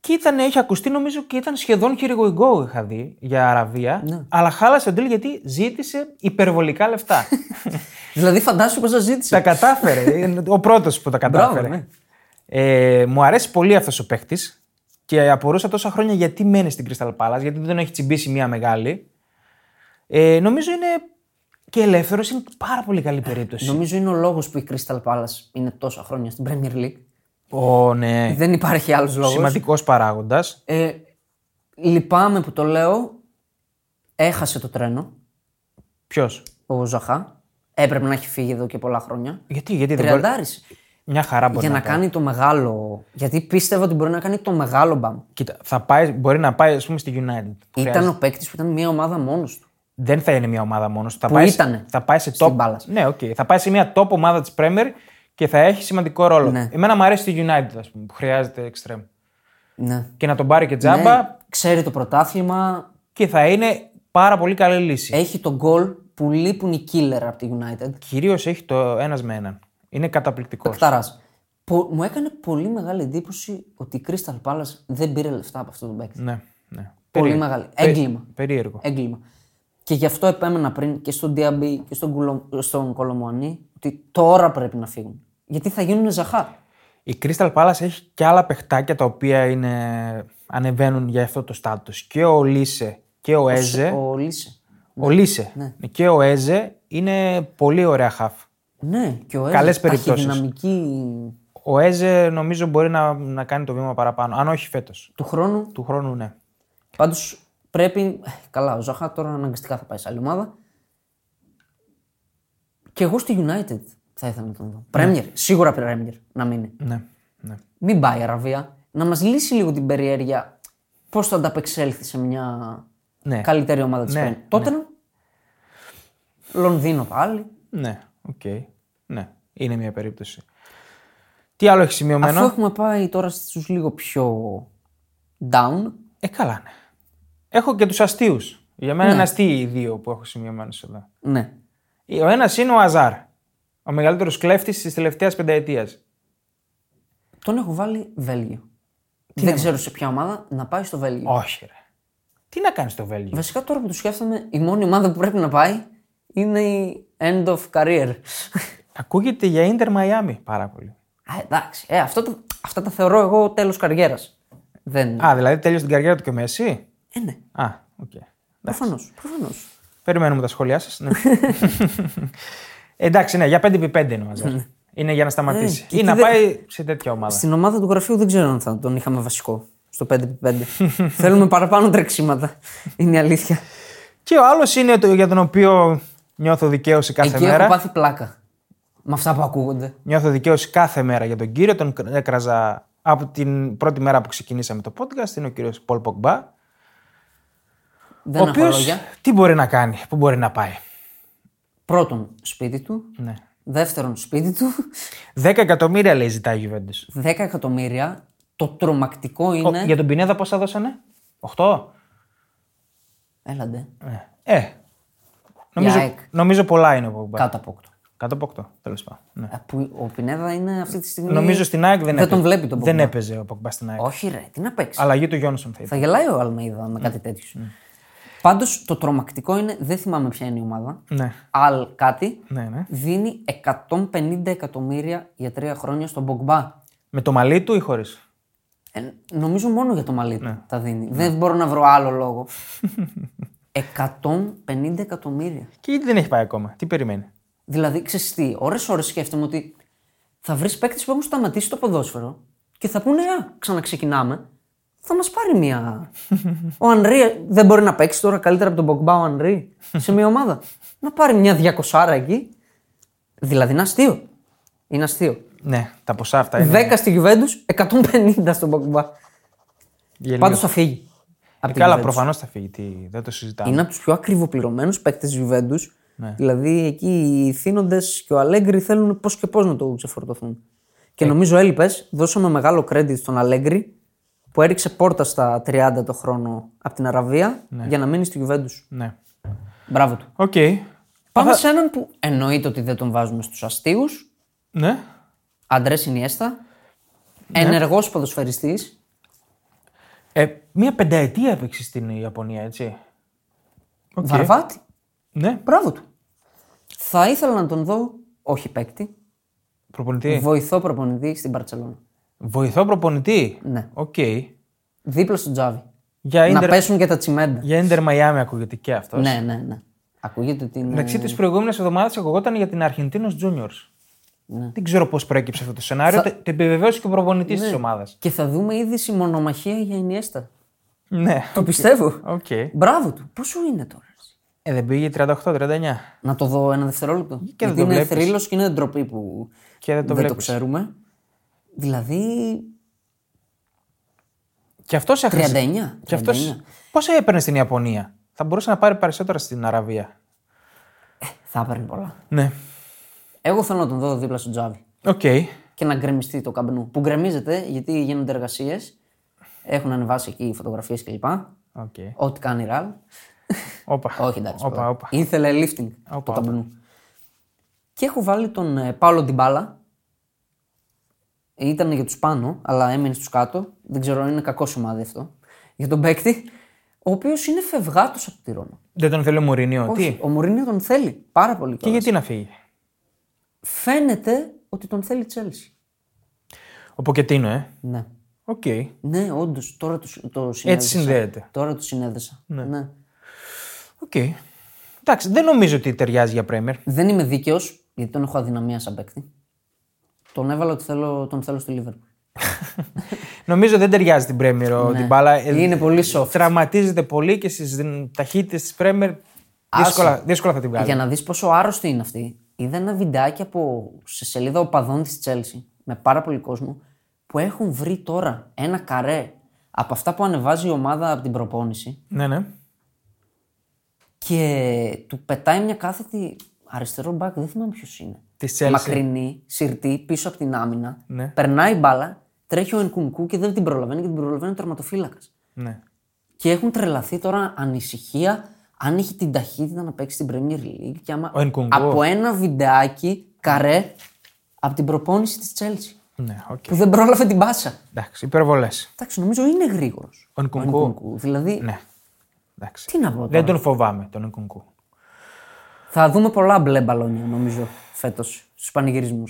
και ήταν, έχει ακουστεί νομίζω και ήταν σχεδόν χειριγοϊγκό είχα δει για Αραβία. Αλλά χάλασε τον deal γιατί ζήτησε υπερβολικά λεφτά. Δηλαδή, φαντάσου πώ θα ζήτησε. τα κατάφερε. Είναι ο πρώτος που τα κατάφερε. Μπράβο, ναι. ε, μου αρέσει πολύ αυτός ο παίχτης και απορούσα τόσα χρόνια γιατί μένει στην Crystal Palace, γιατί δεν τον έχει τσιμπήσει μια μεγάλη. Ε, νομίζω είναι και ελεύθερος, είναι πάρα πολύ καλή περίπτωση. Νομίζω είναι ο λόγος που η Crystal Palace είναι τόσα χρόνια στην Premier League. Ω, ναι. Ε, Δεν υπάρχει άλλος λόγος. Σημαντικός παράγοντας. Ε, λυπάμαι που το λέω. Έχασε το τρένο Ποιος. ο Ζαχά. Έπρεπε να έχει φύγει εδώ και πολλά χρόνια. Γιατί, γιατί δεν μπορεί. Τριαντάρης. Μια χαρά μπορεί για να, να κάνει το μεγάλο. Γιατί πίστευα ότι μπορεί να κάνει το μεγάλο μπαμ. Κοίτα, θα πάει, μπορεί να πάει, ας πούμε, στη United. Ήταν ο παίκτης που ήταν μια ομάδα μόνος του. Δεν θα είναι μια ομάδα μόνος του. Θα Που πάει, σε- ήτανε. θα πάει σε Στην top. μπάλα. Ναι, οκ. Θα πάει σε μια top ομάδα της Premier και θα έχει σημαντικό ρόλο. Ναι. Εμένα μου αρέσει τη United, ας πούμε, που χρειάζεται extreme. Ναι. Και να τον πάρει και τζάμπα Ναι, ξέρει το πρωτάθλημα. και θα είναι πάρα πολύ καλή λύση. Ε- Έχει τον γκολ που λείπουν οι killer από τη United. Κυρίως έχει το ένας με έναν. Είναι καταπληκτικός. Κταρά. Μου έκανε πολύ μεγάλη εντύπωση ότι η Crystal Palace δεν πήρε λεφτά από αυτόν τον παίκτη. Ναι, ναι. Πολύ Περί- μεγάλη. πε- Ε, Έγκλημα. Περίεργο. Έγκλημα. Και γι' αυτό επέμενα πριν και στον Διαμπή και στον, Κουλο... στον Κολομουανί ότι τώρα πρέπει να φύγουν. Γιατί θα γίνουν ζαχά. Η Crystal Palace έχει και άλλα παιχτάκια τα οποία είναι... ανεβαίνουν για αυτό το στάτους. Και ο Λίσε και ο Έζε. Ο, Ο ναι. Λίσε. Λίσε και ο Έζε είναι πολύ ωραία χαφ. Ναι, και ο Έζε. Καλές περιπτώσεις. δυναμική Ο Έζε νομίζω μπορεί να, να κάνει το βήμα παραπάνω. Αν όχι φέτος. του χρόνου. Του χρόνου ναι. Πάντως πρέπει. Καλά, ο Ζαχά τώρα αναγκαστικά θα πάει σε άλλη ομάδα. Και εγώ στη United θα ήθελα να τον δω. Πρέμιερ, σίγουρα Πρέμιερ να μείνει. ναι, ναι. Μην πάει η Αραβία. Να μας λύσει λίγο την περιέργεια πώς θα ανταπεξέλθει σε μια Ναι. καλύτερη ομάδα της Ναι, Premier. ναι. Τότε να. Λονδίνο πάλι. Ναι, οκ. Ναι, είναι μια περίπτωση. Τι άλλο έχει σημειωμένο. Αφού έχουμε πάει τώρα στους λίγο πιο down, Ε, καλά, ναι. Έχω και τους αστείους. Για μένα είναι αστείοι οι δύο που έχω σημειωμένους εδώ. ναι. Ο ένας είναι ο Αζάρ. Ο μεγαλύτερος κλέφτης της τελευταίας πενταετίας. Τον έχω βάλει Βέλγιο. Δεν ξέρω σε ποια ομάδα να πάει στο Βέλγιο. Όχι, ρε. Τι να κάνεις στο Βέλγιο. Βασικά τώρα που το σκέφτομαι, η μόνη ομάδα που πρέπει να πάει είναι η end of career. Ακούγεται για Ιντερ Μαϊάμι πάρα πολύ. Α, εντάξει. Ε, αυτό το- αυτά τα θεωρώ εγώ τέλος καριέρας. Δεν. Α, δηλαδή τέλειωσε την καριέρα του και ο Μέση. Ε, ναι. Α, οκ. Προφανώς. Προφανώς. Περιμένουμε τα σχόλιά σας. Ναι. Εντάξει, ναι, για 5x5 είναι ο Αζάρ. είναι για να σταματήσει. Ναι. Ε, και Ή τι να δεν- πάει σε τέτοια ομάδα. Στην ομάδα του γραφείου δεν ξέρω αν θα τον είχαμε βασικό στο 5x5. Θέλουμε παραπάνω τρεξίματα. Είναι η αλήθεια. Και ο άλλος είναι το, για τον οποίο νιώθω δικαίωση κάθε Εκεί μέρα. έχω πάθει πλάκα. Με αυτά που ακούγονται. Νιώθω δικαίωση κάθε μέρα για τον κύριο. Τον έκραζα από την πρώτη μέρα που ξεκινήσαμε το podcast. Είναι ο κύριος Πολ Ποκμπά. Δεν ο έχω οποίος λόγια. τι μπορεί να κάνει, πού μπορεί να πάει. Πρώτον, σπίτι του. Ναι. Δεύτερον, σπίτι του. 10 εκατομμύρια λέει ζητάει η Juventus. 10 εκατομμύρια. Το τρομακτικό Ο- είναι. Για τον Πινέδα πόσα δώσανε, 8. Έλαντε. Ε. ε. Νομίζω, ΑΕΚ. νομίζω πολλά είναι ο Ποκμπά. Κάτω από 8. Κάτω από 8, τέλος πάντων. Ναι. Ε, που ο Πινέδα είναι αυτή τη στιγμή. Νομίζω στην ΑΕΚ δεν, δεν έπαιζε. τον βλέπει τον Δεν Pogba. έπαιζε ο Ποκμπά στην ΑΕΚ. Όχι, ρε, τι να παίξει. Αλλαγή του Γιόνσον θα ήταν. Θα γελάει ο Αλμέιδα Ναι. με κάτι τέτοιο. Πάντως το τρομακτικό είναι, δεν θυμάμαι ποια είναι η ομάδα. Ναι. Αλ κάτι Ναι, ναι. δίνει 150 εκατομμύρια για τρία χρόνια στον Μπογκμπά. Με το μαλλί του ή χωρίς. Ε, νομίζω μόνο για το μαλλί του τα δίνει. Δεν μπορώ να βρω άλλο λόγο. 150 εκατομμύρια. Και γιατί δεν έχει πάει ακόμα. Τι περιμένει. Δηλαδή, ξέρεις τι, ώρε-ώρε σκέφτομαι ότι θα βρεις παίκτες που έχουν σταματήσει το ποδόσφαιρο και θα πούνε Α, ξαναξεκινάμε. Θα μας πάρει μια. ο Ανρί ε, δεν μπορεί να παίξει τώρα καλύτερα από τον Μπογκμπά ο Ανρί σε μια ομάδα. να πάρει μια διακοσάρα εκεί. Δηλαδή, είναι αστείο. Είναι αστείο. Ναι, τα ποσά αυτά είναι. 10 στη Γιουβέντους, 150 στον Μπογκμπά. γελίος. Πάντως θα φύγει. Απ' τη Καλά, Juventus. προφανώς θα φύγει. Τι, δεν το συζητάμε. Ε, Είναι από τους πιο ακριβοπληρωμένους παίκτες της Juventus. Δηλαδή εκεί οι θύνοντε και ο Αλέγκρι θέλουν πώς και πώς να το ξεφορτωθούν. Και νομίζω έλειπε, δώσαμε μεγάλο credit στον Αλέγκρι που έριξε πόρτα στα 30 το χρόνο από την Αραβία για να μείνει στη Juventus. Ναι. Μπράβο του. Οκ. Πάμε σε έναν που εννοείται ότι δεν τον βάζουμε στους αστείους. Ναι. Αντρές Ινιέστα. Ενεργός ποδοσφαιριστής. Ε, μία πενταετία έπαιξε στην Ιαπωνία, έτσι. Οκ. Βαρβάτη. Ναι, Μπράβο του. Θα ήθελα να τον δω, όχι παίκτη, προπονητή. βοηθό προπονητή στην Παρσελόνα. Βοηθό προπονητή. Ναι. Οκ. Δίπλα στον Τζάβι. Για Να Ίντερ, πέσουν και τα τσιμέντα. για Ίντερ Μαϊάμι ακούγεται και αυτός. Ναι, ναι, ναι. Ακούγεται ότι είναι. Μεταξύ της προηγούμενης εβδομάδας ακουγόταν για την Αρχεντίνο Juniors. Δεν ξέρω πώς προέκυψε αυτό το σενάριο. Το, το επιβεβαίωσε και ο προπονητής της ομάδας. Και θα δούμε είδηση μονομαχία για Ινιέστα. Ναι. Το πιστεύω. Οκ. Μπράβο του. Πόσο είναι τώρα. Ε, δεν πήγε 38-39. Να το δω ένα δευτερόλεπτο. δεν Γιατί το είναι βλέπεις. θρύλος και είναι ντροπή που Και δεν το δεν το βλέπεις. ξέρουμε. Δηλαδή. Και αυτός έχασε. 39. Και αυτός... 39. Πώς έπαιρνε στην Ιαπωνία. Θα μπορούσε να πάρει περισσότερα στην Αραβία. Θα έπαιρνε πολλά. Ναι. Εγώ θέλω να τον δω δίπλα στο Τζάβι Οκ. και να γκρεμιστεί το καμπνού. Που γκρεμίζεται γιατί γίνονται εργασίες. Έχουν ανεβάσει εκεί φωτογραφίες κλπ. Οκ. Ό,τι κάνει η ραλ. Όπα. Όχι εντάξει. Όπα, τώρα. όπα. Ήθελε lifting Όπα, το καμπνού. Και έχω βάλει τον ε, Πάολο Ντιμπάλα. Ήταν για τους πάνω, αλλά έμεινε στους κάτω. Δεν ξέρω, είναι κακό σημάδι αυτό. Για τον παίκτη, ο οποίος είναι φευγάτος από τη Ρώμα. Δεν τον θέλει ο Μουρίνιο. Όχι, Τι. ο Μουρίνιο τον θέλει πάρα πολύ. Και κιόλας. γιατί να φύγει. Φαίνεται ότι τον θέλει η Τσέλσι. Ο Ποκετίνο, ε. Ναι. Οκ. Ναι, όντως τώρα το, συ- το συνέδεσα. Έτσι συνδέεται. Τώρα το συνέδεσα. Ναι. Οκ. Εντάξει, δεν νομίζω ότι ταιριάζει για Πρέμερ. Δεν είμαι δίκαιος, γιατί τον έχω αδυναμία σαν παίκτη. Τον έβαλα ότι θέλω, τον θέλω στη Λίβερπουλ. Νομίζω δεν ταιριάζει την Πρέμερ ο την μπάλα. Ναι. Είναι πολύ soft. Τραυματίζεται πολύ και στις ταχύτητες της Πρέμερ δύσκολα, δύσκολα θα την βγάλει. Για να δεις πόσο άρρωστη είναι αυτή, είδα ένα βιντεάκι από σε σελίδα οπαδών της Τσέλση με πάρα πολύ κόσμο που έχουν βρει τώρα ένα καρέ από αυτά που ανεβάζει η ομάδα από την προπόνηση Ναι, ναι. και του πετάει μια κάθετη αριστερό μπακ, δεν θυμάμαι ποιος είναι. Τη Chelsea. Μακρινή, σιρτή, πίσω από την άμυνα. Ναι. Περνάει η μπάλα, τρέχει ο Ενκουνκού και δεν την προλαβαίνει και την προλαβαίνει ο τερματοφύλακας. Ναι. Και έχουν τρελαθεί τώρα ανησυχία αν έχει την ταχύτητα να παίξει στην Premier League. Και άμα... Ο Ενκουνκού. από ένα βιντεάκι καρέ από την προπόνηση της Chelsea. Ναι, οκ. Που δεν πρόλαβε την μπάσα. Εντάξει, υπερβολές. Εντάξει, νομίζω είναι γρήγορος. Ο Νκουνκού. Δηλαδή. Ναι. Εντάξει. Τι να πω τώρα. Δεν τον φοβάμαι τον Νκουνκού. Θα δούμε πολλά μπλε μπαλόνια νομίζω φέτος στους πανηγυρισμούς.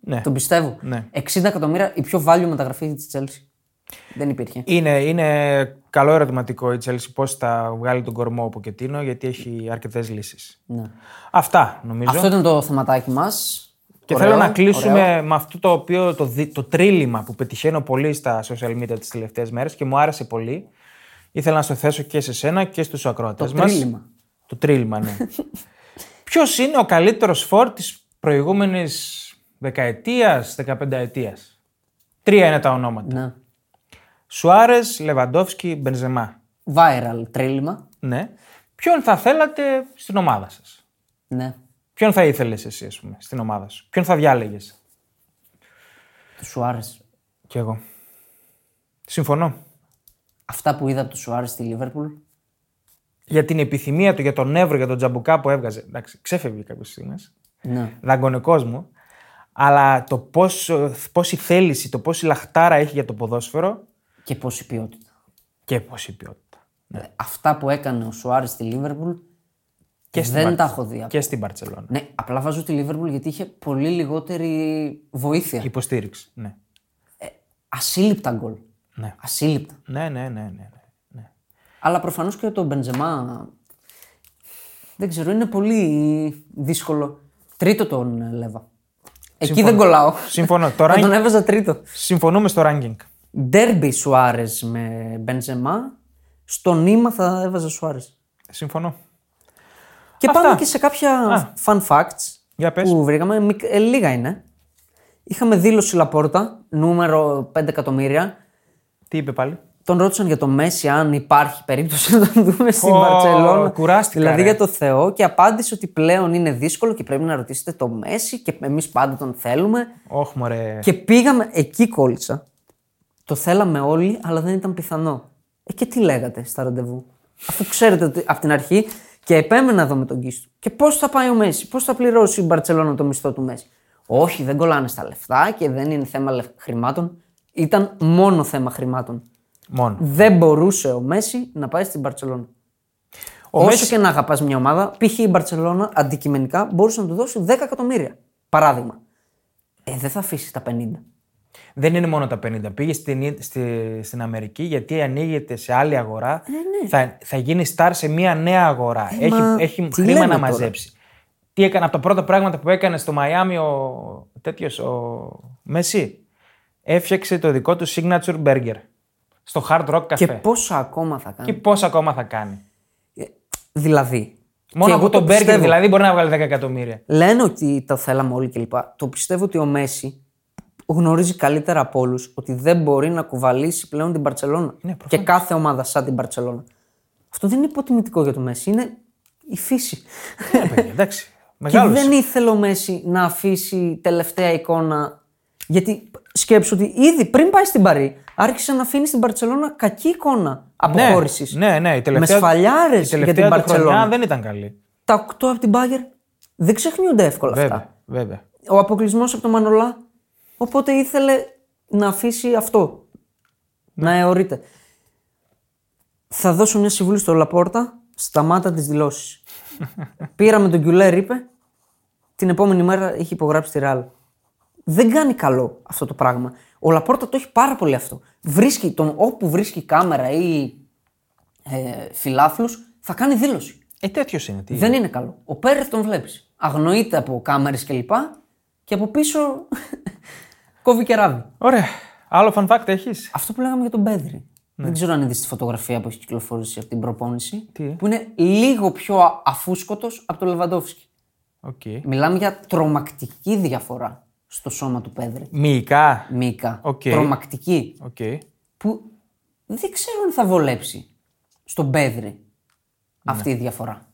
Ναι. Τον πιστεύω. Ναι. 60 εκατομμύρια η πιο value μεταγραφή της Chelsea. Δεν υπήρχε. Είναι, είναι καλό ερωτηματικό η Chelsea πώς θα βγάλει τον κορμό ο Ποκετίνο γιατί έχει αρκετές λύσεις. Ναι. Αυτά νομίζω. Αυτό ήταν το θεματάκι μας. Και θέλω να κλείσουμε με αυτό το οποίο το, δι- το τρίλημα που πετυχαίνω πολύ στα social media τις τελευταίες μέρες και μου άρεσε πολύ. Ήθελα να στο θέσω και σε σένα και στους ακροατές Το μας. τρίλημα. Το τρίλημα, ναι. Ποιος είναι ο καλύτερος φορ της προηγούμενης δεκαετίας, δεκαπενταετίας. Τρία είναι τα ονόματα. Ναι. Σουάρες, Λεβαντόφσκι, Μπενζεμά. Viral τρίλημα. Ναι. Ποιον θα θέλατε στην ομάδα σας. Ναι. Ποιον θα ήθελες εσύ, ας πούμε, στην ομάδα σου. Ποιον θα διάλεγες. Του Σουάρες. Κι εγώ. Συμφωνώ. Αυτά που είδα από τους Σουάρες στη Λίβερπουλ. Για την επιθυμία του, για τον νεύρο, για τον τζαμπουκά που έβγαζε. Εντάξει, ξέφευγε κάποιες στιγμές. Ναι. Δαγκωνικό μου. Αλλά το πόσο, πόση θέληση, το πόση λαχτάρα έχει για το ποδόσφαιρο Και πόση ποιότητα. και πόση ποιότητα. Ε, Αυτά που έκανε ο Σουάρες στη Λίβερπουλ Και στην δεν Μπαρ- τα έχω δει. από- Και στην Παρσελόνα. Ναι, απλά βάζω τη Λίβερπουλ γιατί είχε πολύ λιγότερη βοήθεια. Υποστήριξη. Ναι. Ασύλληπτα γκολ. Ναι. Ασύλληπτα. Ναι, ναι, ναι, ναι. ναι. Αλλά προφανώς και το Μπεντζεμά. Δεν ξέρω, είναι πολύ δύσκολο. Τρίτο τον ε, Λέβα. Εκεί δεν κολλάω. Συμφωνώ. Το Θα ranking- τον έβαζα τρίτο. Συμφωνούμε στο ranking. Ντέρμπι Σουάρες με Μπεντζεμά. Στο νήμα θα έβαζα Σουάρες. Συμφωνώ. Και Αυτά. πάμε και σε κάποια fun facts Για πες. που βρήκαμε. Μικ- ε, λίγα είναι. Είχαμε δήλωση Λαπόρτα, νούμερο 5 εκατομμύρια. Τι είπε πάλι. Τον ρώτησαν για το Μέση αν υπάρχει περίπτωση να τον δούμε στην Ω, Μπαρτσελόνα. κουράστηκα, Δηλαδή ρε. για το Θεό και απάντησε ότι πλέον είναι δύσκολο και πρέπει να ρωτήσετε το Μέση και εμείς πάντα τον θέλουμε. Όχι, μωρέ. Και πήγαμε, εκεί κόλλησα. Το θέλαμε όλοι, αλλά δεν ήταν πιθανό. Ε, και τι λέγατε στα ραντεβού. Αφού ξέρετε ότι από την αρχή και επέμενα εδώ με τον Κίστο. Και πώς θα πάει ο Μέση, πώς θα πληρώσει η Μπαρσελόνα το μισθό του Μέση. Όχι, δεν κολλάνε στα λεφτά και δεν είναι θέμα λεφ- χρημάτων. Ήταν μόνο θέμα χρημάτων. Μόνο. Δεν μπορούσε ο Μέση να πάει στην Μπαρσελόνα. Ο Όσο Μέση και να αγαπάς μια ομάδα, π.χ. η Μπαρσελόνα αντικειμενικά μπορούσε να του δώσει 10 εκατομμύρια. Παράδειγμα. Ε, δεν θα αφήσεις τα 50. Δεν είναι μόνο τα 50. Πήγε στην, στη, στην Αμερική γιατί ανοίγεται σε άλλη αγορά. Θα, θα γίνει star σε μια νέα αγορά. έχει Ε, ναι. μα έχει τι χρήμα να λέμε τώρα. μαζέψει. Τι έκανε από τα πρώτα πράγματα που έκανε στο Μαϊάμι ο τέτοιος ο Μέση. Έφτιαξε το δικό του signature burger στο Hard Rock Cafe. Και Και, πόσα ακόμα θα κάνει. πόσα ακόμα θα κάνει. Δηλαδή. Μόνο και από εγώ τον Μπέργκερ πιστεύω. δηλαδή μπορεί να βγάλει 10 εκατομμύρια. Λένε ότι το θέλαμε όλοι κλπ. Το πιστεύω ότι ο Μέση γνωρίζει καλύτερα από όλους ότι δεν μπορεί να κουβαλήσει πλέον την Παρσελόνα. Ναι, και κάθε ομάδα σαν την Παρσελόνα. Αυτό δεν είναι υποτιμητικό για το Μέση, είναι η φύση. Ε, παιδιά, εντάξει. και Μεγάλο. δεν ήθελε ο Μέση να αφήσει τελευταία εικόνα. Γιατί σκέψου ότι ήδη πριν πάει στην Παρή άρχισε να αφήνει στην Παρσελόνα κακή εικόνα αποχώρησης. Ναι, ναι, η τελευταία. Με σφαλιάρες η για τελευταία την του χρονιά Μπαρτσελόνα. δεν ήταν καλή. Τα οκτώ από την Μπάγκερ δεν ξεχνιούνται εύκολα αυτά. Βέβαια. βέβαια. ο αποκλεισμός από τον Μανολά. Οπότε ήθελε να αφήσει αυτό. Να αιωρείται. Θα δώσω μια συμβουλή στο Λαπόρτα. Σταμάτα τις δηλώσεις. Πήραμε τον Κιουλέρ, είπε. Την επόμενη μέρα είχε υπογράψει τη Ρεάλ. Δεν κάνει καλό αυτό το πράγμα. Ο Λαπόρτα το έχει πάρα πολύ αυτό. Βρίσκει τον, όπου βρίσκει κάμερα ή ε, φιλάθλους, θα κάνει δήλωση. Ε, τέτοιος είναι. Τι Ναι. Δεν είναι καλό. Ο Πέρεθ τον βλέπεις. Αγνοείται από κάμερες κλπ. Και, λοιπά και από πίσω κόβει κεράβι. Ωραία. Άλλο fun fact έχεις. Αυτό που λέγαμε για τον Πέδρη. Ναι. Δεν ξέρω αν είδες τη φωτογραφία που έχει κυκλοφορήσει από την προπόνηση. Τι? Που είναι λίγο πιο αφούσκοτο από τον Λεβαντόφσκι. Okay. Μιλάμε για τρομακτική διαφορά στο σώμα του Πέδρη. Μυϊκά. Μίκα. Οκ. Τρομακτική. Okay. Που δεν ξέρω αν θα βολέψει στον Πέδρη Ναι. αυτή η διαφορά.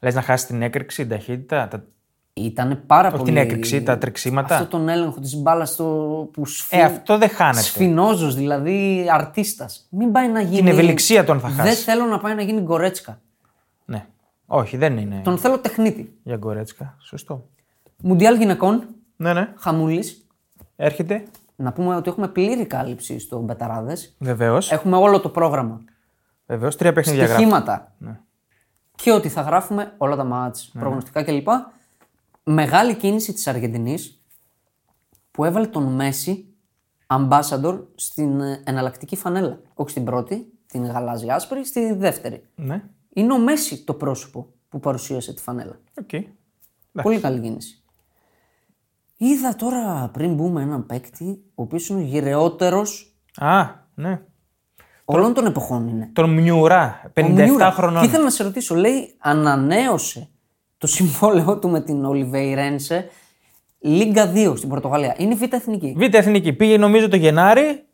Λες να χάσει την έκρηξη, την ταχύτητα. Τα... Ήταν πάρα Όχι πολύ. την έκρηξη, τα τρεξίματα. Αυτό τον έλεγχο της μπάλας στο... που σφι... Ε, αυτό δεν χάνεται. Σφινόζος, δηλαδή αρτίστας. Μην πάει να γίνει. Την ευελιξία τον θα χάσει. Δεν θέλω να πάει να γίνει γκορέτσκα. Ναι. Όχι, δεν είναι Τον θέλω τεχνίτη. για Γκορέτσκα. Σωστό. Μουντιάλ γυναικών, Ναι, ναι. χαμούλης. Έρχεται. Να πούμε ότι έχουμε πλήρη κάλυψη στο Μπεταράδες. Βεβαίως. Έχουμε όλο το πρόγραμμα. Βεβαίως. Τρία παιχνίδια γράφει. Στοιχήματα. Και ότι θα γράφουμε όλα τα μάτς, προγνωστικά κλπ. Μεγάλη κίνηση της Αργεντινής που έβαλε τον Μέση ambassador στην ε, εναλλακτική φανέλα. Όχι στην πρώτη, την γαλάζια άσπρη, στη δεύτερη. Ναι. Είναι ο Μέση το πρόσωπο που παρουσίασε τη φανέλα. Οκ. Πολύ καλή κίνηση. Είδα τώρα πριν μπούμε έναν παίκτη, ο οποίος είναι ο γυρεότερος Α, ναι. όλων των εποχών είναι. Τον Μιουρά, Ο Μιούρα. 57 Και χρονών. ήθελα να σε ρωτήσω, λέει, ανανέωσε το συμβόλαιό του με την Ολιβέιρένσε Λίγκα 2 στην Πορτογαλία. Είναι β' εθνική. Β' εθνική. Πήγε νομίζω το Γενάρη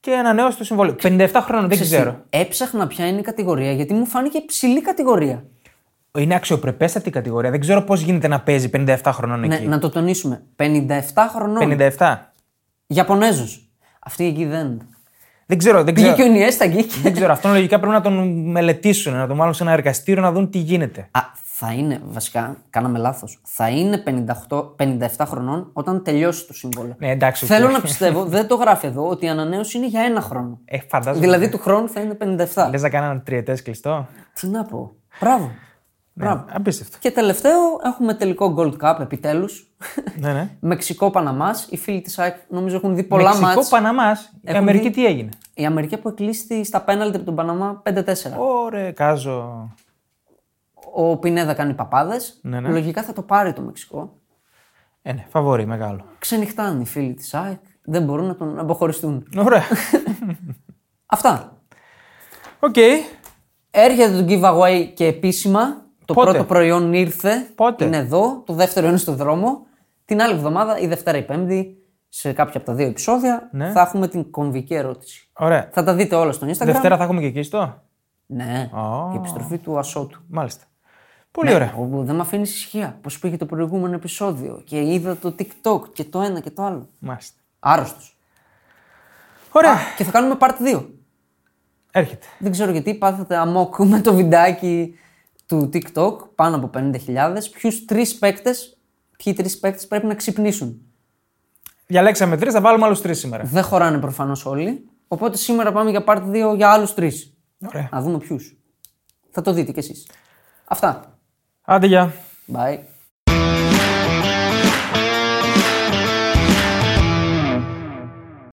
και ανανέωσε το συμβόλαιο. 57 χρόνων, δεν ξέρω. Έψαχνα ποια είναι η κατηγορία, γιατί μου φάνηκε ψηλή κατηγορία. Είναι αξιοπρεπέστατη η κατηγορία. Δεν ξέρω πώς γίνεται να παίζει 57 χρονών Ναι, εκεί. να το τονίσουμε. 57 χρονών. 57. Ιαπωνέζος. Αυτή εκεί δεν. Δεν ξέρω, δεν Πήγε ξέρω. και ο Ινιέστα εκεί. και- Δεν ξέρω. Αυτόν λογικά πρέπει να τον μελετήσουν, να τον βάλουν σε ένα εργαστήριο να δουν τι γίνεται. Α, θα είναι, βασικά, κάναμε λάθος. Θα είναι 58, 57 χρονών όταν τελειώσει το συμβόλαιο. Ναι, εντάξει, οκ. Θέλω να πιστεύω, δεν το γράφει εδώ, ότι η ανανέωση είναι για ένα χρόνο. Ε, φαντάζομαι. Δηλαδή του χρόνου θα είναι 57. Λες να κάνω ένα τριετές κλειστό. Ναι, Τι να πω. Μπράβο. Μπράβο. Απίστευτο. Και τελευταίο έχουμε τελικό Gold Cup επιτέλους. Ναι, ναι. Μεξικό Παναμάς. Οι φίλοι της ΑΕΚ νομίζω έχουν δει πολλά Μεξικό, μάτς. Παναμάς. Η Έχουν Αμερική δει- τι έγινε. Η Αμερική που εκλείστη στα πέναλτι από τον Παναμά 5-4. Ωρε, κάζο. Ο Πινέδα κάνει παπάδες. Ναι, ναι. Λογικά θα το πάρει το Μεξικό. Ε, ναι, φαβορή, μεγάλο. Ξενυχτάνε οι φίλοι της ΑΕΚ. Δεν μπορούν να τον αποχωριστούν. Ωραία. Αυτά. Οκ. Έρχεται το giveaway και επίσημα. Το Πότε? πρώτο προϊόν ήρθε. Πότε? Είναι εδώ. Το δεύτερο είναι στο δρόμο. Την άλλη εβδομάδα, η Δευτέρα ή Πέμπτη, σε κάποια από τα δύο επεισόδια, Ναι. θα έχουμε την κομβική ερώτηση. Ωραία. Θα τα δείτε όλα στο Instagram. Δευτέρα θα έχουμε και εκεί στο. Ναι. Α. Η επιστροφή του Ασότου. Μάλιστα. Ναι. Πολύ ωραία. Ο- Δεν με αφήνεις ησυχία. Πώς πήγε το προηγούμενο επεισόδιο και είδα το TikTok και το ένα και το άλλο. Μάλιστα. Άρρωστος. Ωραία. Και θα κάνουμε part 2. Έρχεται. Δεν ξέρω γιατί πάθατε αμόκ με το βιντάκι του TikTok πάνω από 50.000. Ποιους τρεις παίκτες, ποιοι τρεις παίκτες πρέπει να ξυπνήσουν. Διαλέξαμε τρεις, θα βάλουμε άλλους τρεις σήμερα. Δεν χωράνε προφανώς όλοι. Οπότε σήμερα πάμε για part 2 για άλλους τρεις. Ωραία. Να δούμε ποιους. Θα το δείτε κι εσείς. Αυτά. Άντε, γεια. Bye.